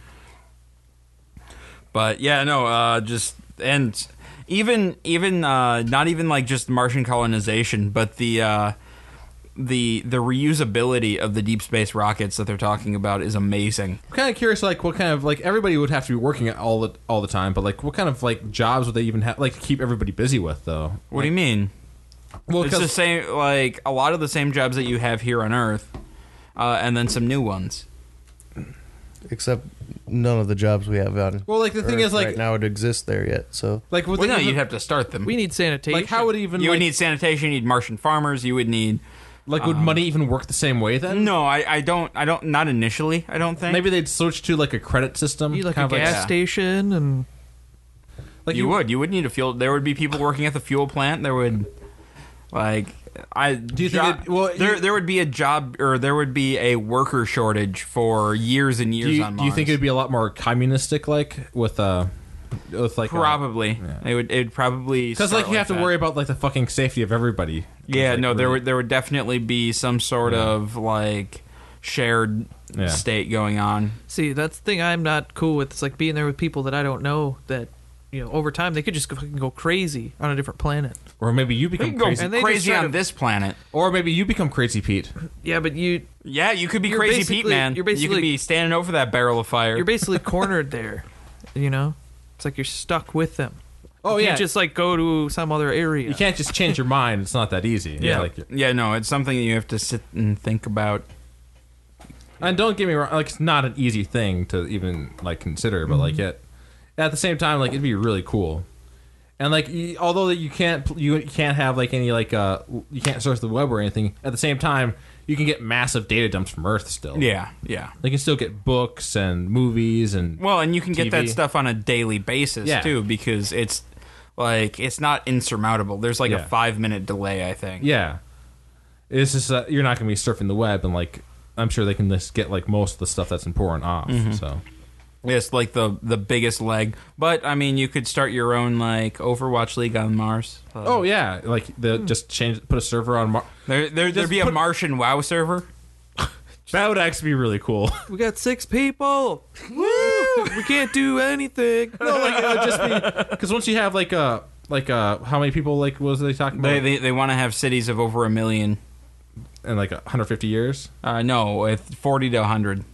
[SPEAKER 2] But yeah, no, uh, just and even even uh, not even like just Martian colonization, but the uh, the the reusability of the deep space rockets that they're talking about is amazing.
[SPEAKER 3] I'm kind of curious, like what kind of like everybody would have to be working at all the all the time, but like what kind of like jobs would they even have like to keep everybody busy with though?
[SPEAKER 2] What do you mean?
[SPEAKER 3] Well,
[SPEAKER 2] It's the same, like a lot of the same jobs that you have here on Earth, uh, and then some new ones.
[SPEAKER 5] Except none of the jobs we have on.
[SPEAKER 3] Well, like, the thing
[SPEAKER 5] Earth
[SPEAKER 3] is, like-
[SPEAKER 5] right now would exist there yet. So
[SPEAKER 3] like would
[SPEAKER 2] Well,
[SPEAKER 3] they
[SPEAKER 2] no,
[SPEAKER 3] even-
[SPEAKER 2] you'd have to start them.
[SPEAKER 4] We need sanitation.
[SPEAKER 3] like how would even
[SPEAKER 2] you would
[SPEAKER 3] like,
[SPEAKER 2] need sanitation. You'd need Martian farmers. You would need.
[SPEAKER 3] like would money even work the same way then?
[SPEAKER 2] No, I, I don't. I don't. Not initially. I don't think.
[SPEAKER 3] Maybe they'd switch to like a credit system.
[SPEAKER 4] You like
[SPEAKER 3] kind
[SPEAKER 4] a
[SPEAKER 3] of
[SPEAKER 4] gas
[SPEAKER 2] Yeah.
[SPEAKER 4] station and
[SPEAKER 3] like
[SPEAKER 2] you, would. You would need a fuel. There would be people working at the fuel plant. There would, like, I do
[SPEAKER 3] you think it- well,
[SPEAKER 2] there
[SPEAKER 3] you-
[SPEAKER 2] there would be a job or there would be a worker shortage for years and
[SPEAKER 3] Do
[SPEAKER 2] years
[SPEAKER 3] you,
[SPEAKER 2] on
[SPEAKER 3] do you think
[SPEAKER 2] Mars.
[SPEAKER 3] it'd be a lot more communistic, like with uh, with like
[SPEAKER 2] probably? It would. It would probably
[SPEAKER 3] because
[SPEAKER 2] start
[SPEAKER 3] like you have to
[SPEAKER 2] that.
[SPEAKER 3] worry about like the fucking safety of everybody.
[SPEAKER 2] Yeah,
[SPEAKER 3] Like,
[SPEAKER 2] no, there
[SPEAKER 3] really-
[SPEAKER 2] would there would definitely be some sort of like shared
[SPEAKER 3] Yeah.
[SPEAKER 2] state going on.
[SPEAKER 4] see that's the thing I'm not cool with. It's like being there with people that I don't know that you know over time they could just go- fucking go crazy on a different planet.
[SPEAKER 3] or maybe you become crazy,
[SPEAKER 4] And they just
[SPEAKER 2] crazy
[SPEAKER 4] try
[SPEAKER 2] on
[SPEAKER 4] to-
[SPEAKER 2] this planet.
[SPEAKER 3] or maybe you become crazy, Pete.
[SPEAKER 4] Yeah, but you
[SPEAKER 2] Yeah, you could be
[SPEAKER 4] You're
[SPEAKER 2] crazy Pete,
[SPEAKER 4] basically-
[SPEAKER 2] man.
[SPEAKER 4] you're
[SPEAKER 2] you could
[SPEAKER 4] basically-
[SPEAKER 2] be standing over that barrel of fire.
[SPEAKER 4] you're basically cornered there. You know, it's like you're stuck with them.
[SPEAKER 3] Oh
[SPEAKER 4] you
[SPEAKER 3] yeah,
[SPEAKER 4] can't just like go to some other area.
[SPEAKER 3] you can't just change your mind. It's not that easy. It's
[SPEAKER 4] Yeah.
[SPEAKER 3] like-
[SPEAKER 2] yeah, no, it's something that you have to sit and think about.
[SPEAKER 3] and don't get me wrong, like it's not an easy thing to even like consider, but like it at the same time, like it'd be really cool. And like, y- although that you can't, pl- you can't have like any like uh, you can't search the web or anything. At the same time, you can get massive data dumps from Earth still.
[SPEAKER 2] Yeah, yeah.
[SPEAKER 3] they can still get books and movies and
[SPEAKER 2] Well, and you can get that
[SPEAKER 3] TV.
[SPEAKER 2] stuff on a daily basis
[SPEAKER 3] Yeah.
[SPEAKER 2] too, because it's like it's not insurmountable. There's like
[SPEAKER 3] Yeah.
[SPEAKER 2] a five minute delay, I think.
[SPEAKER 3] yeah. It's just uh, you're not gonna be surfing the web and like I'm sure they can just get like most of the stuff that's important off. So
[SPEAKER 2] It's like the the biggest leg. But I mean, you could start your own like Overwatch League on Mars. Uh,
[SPEAKER 3] oh yeah, like the just change put a server on. Mar-
[SPEAKER 2] There, there, there'd
[SPEAKER 3] Just
[SPEAKER 2] be a
[SPEAKER 3] put-
[SPEAKER 2] Martian WoW server.
[SPEAKER 3] that would actually be really cool.
[SPEAKER 4] We got six people. Woo! we can't do anything.
[SPEAKER 3] no, like it would just be because once you have like uh like uh how many people like was they talking about
[SPEAKER 2] They, they, they want to have cities of over a million.
[SPEAKER 3] in like 150 years?
[SPEAKER 2] Uh, no, it's forty to hundred.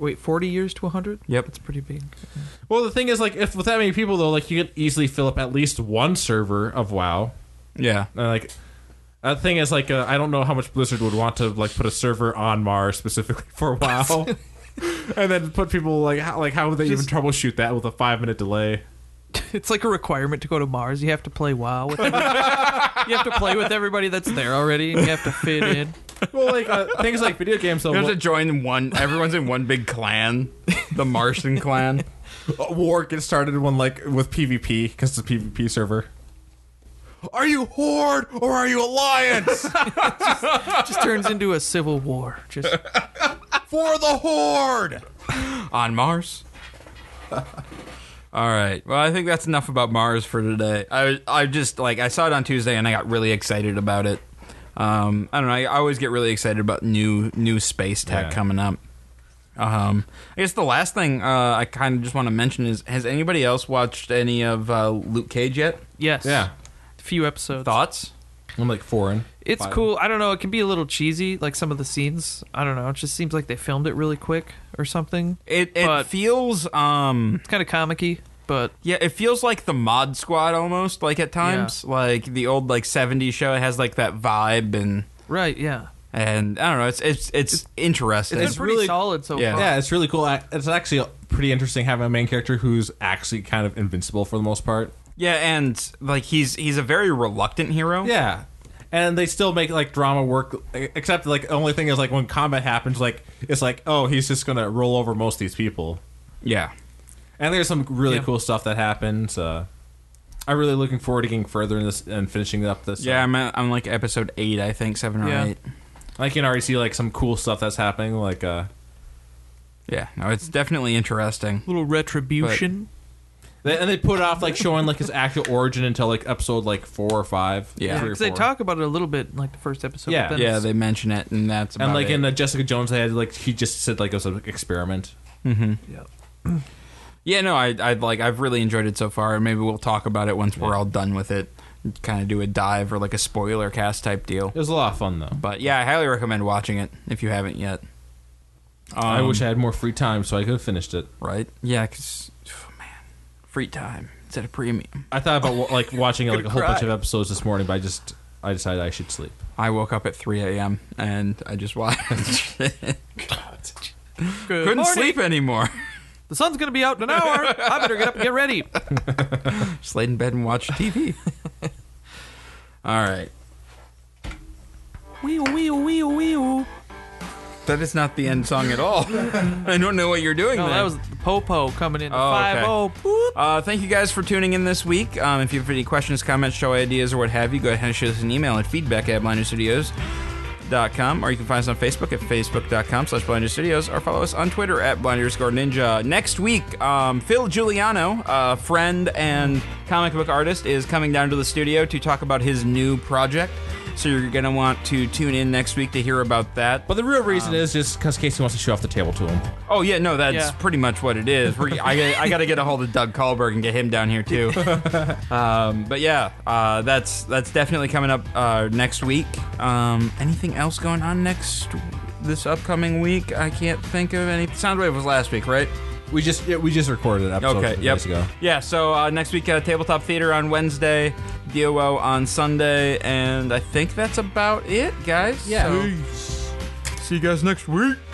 [SPEAKER 4] Wait, forty years to hundred?
[SPEAKER 2] Yep.
[SPEAKER 4] that's pretty big.
[SPEAKER 3] Well, the thing is like if with that many people though, like you could easily fill up at least one server of WoW.
[SPEAKER 2] Yeah,
[SPEAKER 3] And like the thing is like uh, I don't know how much Blizzard would want to like put a server on Mars specifically for WoW. And then put people like how, like how would they
[SPEAKER 4] Just-
[SPEAKER 3] even troubleshoot that with a five minute delay?
[SPEAKER 4] It's like a requirement to go to Mars. You have to play WoW. With everybody. you have to play with everybody that's there already, and you have to fit in.
[SPEAKER 3] Well, like uh, things like video games. So
[SPEAKER 2] you have to join one. Everyone's in one big clan, the Martian clan.
[SPEAKER 3] a war gets started when like with PvP because it's a PvP server. Are you horde or are you alliance
[SPEAKER 4] Just turns into a civil war. Just
[SPEAKER 3] for the horde?
[SPEAKER 2] on Mars. All right. Well, I think that's enough about Mars for today. I I just like I saw it on Tuesday and I got really excited about it. Um, I don't know. I, I always get really excited about new new space tech
[SPEAKER 3] Yeah.
[SPEAKER 2] coming up. Um, I guess the last thing uh, I kind of just want to mention is: Has anybody else watched any of uh, Luke Cage yet?
[SPEAKER 4] yes,
[SPEAKER 3] Yeah,
[SPEAKER 4] Few episodes.
[SPEAKER 2] Thoughts?
[SPEAKER 3] I'm like foreign.
[SPEAKER 4] It's
[SPEAKER 3] Five.
[SPEAKER 4] cool. I don't know. It can be a little cheesy, like some of the scenes. I don't know. It just seems like they filmed it really quick or something.
[SPEAKER 2] It it
[SPEAKER 4] But-
[SPEAKER 2] feels um
[SPEAKER 4] It's kind of comicky, but
[SPEAKER 2] yeah it feels like the Mod Squad almost like at times like the old like '70s show. It has like that vibe and.
[SPEAKER 4] right, yeah.
[SPEAKER 2] and I don't know. It's it's it's, interesting.
[SPEAKER 4] It's,
[SPEAKER 3] It's
[SPEAKER 4] pretty
[SPEAKER 3] really-
[SPEAKER 4] solid so
[SPEAKER 2] yeah.
[SPEAKER 4] far.
[SPEAKER 3] Yeah, it's really cool. I- It's actually pretty interesting having a main character who's actually kind of invincible for the most part.
[SPEAKER 2] yeah, and like he's he's a very reluctant hero.
[SPEAKER 3] Yeah, and they still make like drama work. e, Except like the only thing is like when combat happens, like it's like oh he's just gonna roll over most of these people.
[SPEAKER 2] yeah.
[SPEAKER 3] And there's some really
[SPEAKER 4] Yeah.
[SPEAKER 3] cool stuff that happens. Uh, I'm really looking forward to getting further in this and finishing up this. uh,
[SPEAKER 2] Yeah, I'm, at, I'm like episode eight, I think, seven or
[SPEAKER 4] Yeah.
[SPEAKER 2] eight.
[SPEAKER 3] I can already see like some cool stuff that's happening. Like, uh,
[SPEAKER 2] Yeah, no, it's definitely interesting.
[SPEAKER 4] little retribution.
[SPEAKER 3] they, and they put off like showing like his actual origin until like episode like four or five.
[SPEAKER 2] Yeah.
[SPEAKER 3] three or
[SPEAKER 4] because they
[SPEAKER 3] four.
[SPEAKER 4] talk about it a little bit in, like the first episode.
[SPEAKER 3] Yeah.
[SPEAKER 4] but then
[SPEAKER 2] Yeah,
[SPEAKER 4] it's-
[SPEAKER 2] they mention it, and that's about
[SPEAKER 3] And like
[SPEAKER 2] it.
[SPEAKER 3] in the Jessica Jones, they had like he just said like it was an experiment.
[SPEAKER 4] yeah.
[SPEAKER 2] yeah, no, I, I like I've really enjoyed it so far, and maybe we'll talk about it once we're all done with it. Kind of do a dive or like a spoiler cast type deal.
[SPEAKER 3] It was a lot of fun though.
[SPEAKER 2] But yeah, I highly recommend watching it if you haven't yet. Um,
[SPEAKER 3] I wish I had more free time so I could have finished it.
[SPEAKER 2] Right? Yeah, because man, free time. It's at a premium.
[SPEAKER 3] I thought about wa- like watching like a whole bunch
[SPEAKER 2] cry.
[SPEAKER 3] of episodes this morning, but I just I decided I should sleep.
[SPEAKER 2] I woke up at 3 a.m. and I just watched. it.
[SPEAKER 4] Good
[SPEAKER 2] Couldn't
[SPEAKER 4] morning.
[SPEAKER 2] sleep anymore.
[SPEAKER 4] The sun's gonna be out in an hour. I better get up and get ready.
[SPEAKER 2] just laid in bed and watched TV. All right,
[SPEAKER 4] Wee wee wee wee. No,
[SPEAKER 2] that is not the end song at all. I don't know what you're doing. there.
[SPEAKER 4] that was the popo coming in.
[SPEAKER 2] Oh, okay.
[SPEAKER 4] Five oh. boop.
[SPEAKER 2] Uh, thank you guys for tuning in this week. Um, if you have any questions, comments, show ideas, or what have you, go ahead and shoot us an email at feedback at blinderstudios.com, or you can find us on Facebook at facebook.com slash blinderstudios, or follow us on Twitter at blinderscore ninja. Next week, um, Phil Giuliano, a friend and comic book artist, is coming down to the studio to talk about his new project. So you're going to want to tune in next week to hear about that.
[SPEAKER 3] But the real
[SPEAKER 2] Um,
[SPEAKER 3] reason is just because Casey wants to show off the table to him.
[SPEAKER 2] Oh yeah, no, that's
[SPEAKER 4] Yeah.
[SPEAKER 2] pretty much what it is. We're, I, I got to get a hold of Doug Kahlberg and get him down here too. um, but yeah, uh, that's that's definitely coming up uh, next week. Um, anything else going on next this upcoming week? I can't think of any. Soundwave was last week, right?
[SPEAKER 3] We just yeah, we just recorded an episode
[SPEAKER 2] Okay.
[SPEAKER 3] two
[SPEAKER 2] Yep.
[SPEAKER 3] days ago.
[SPEAKER 2] Yeah. So uh, next week, uh, Tabletop Theater on Wednesday, DOO on Sunday, and I think that's about it, guys.
[SPEAKER 3] Yeah.
[SPEAKER 2] So- see you guys next week.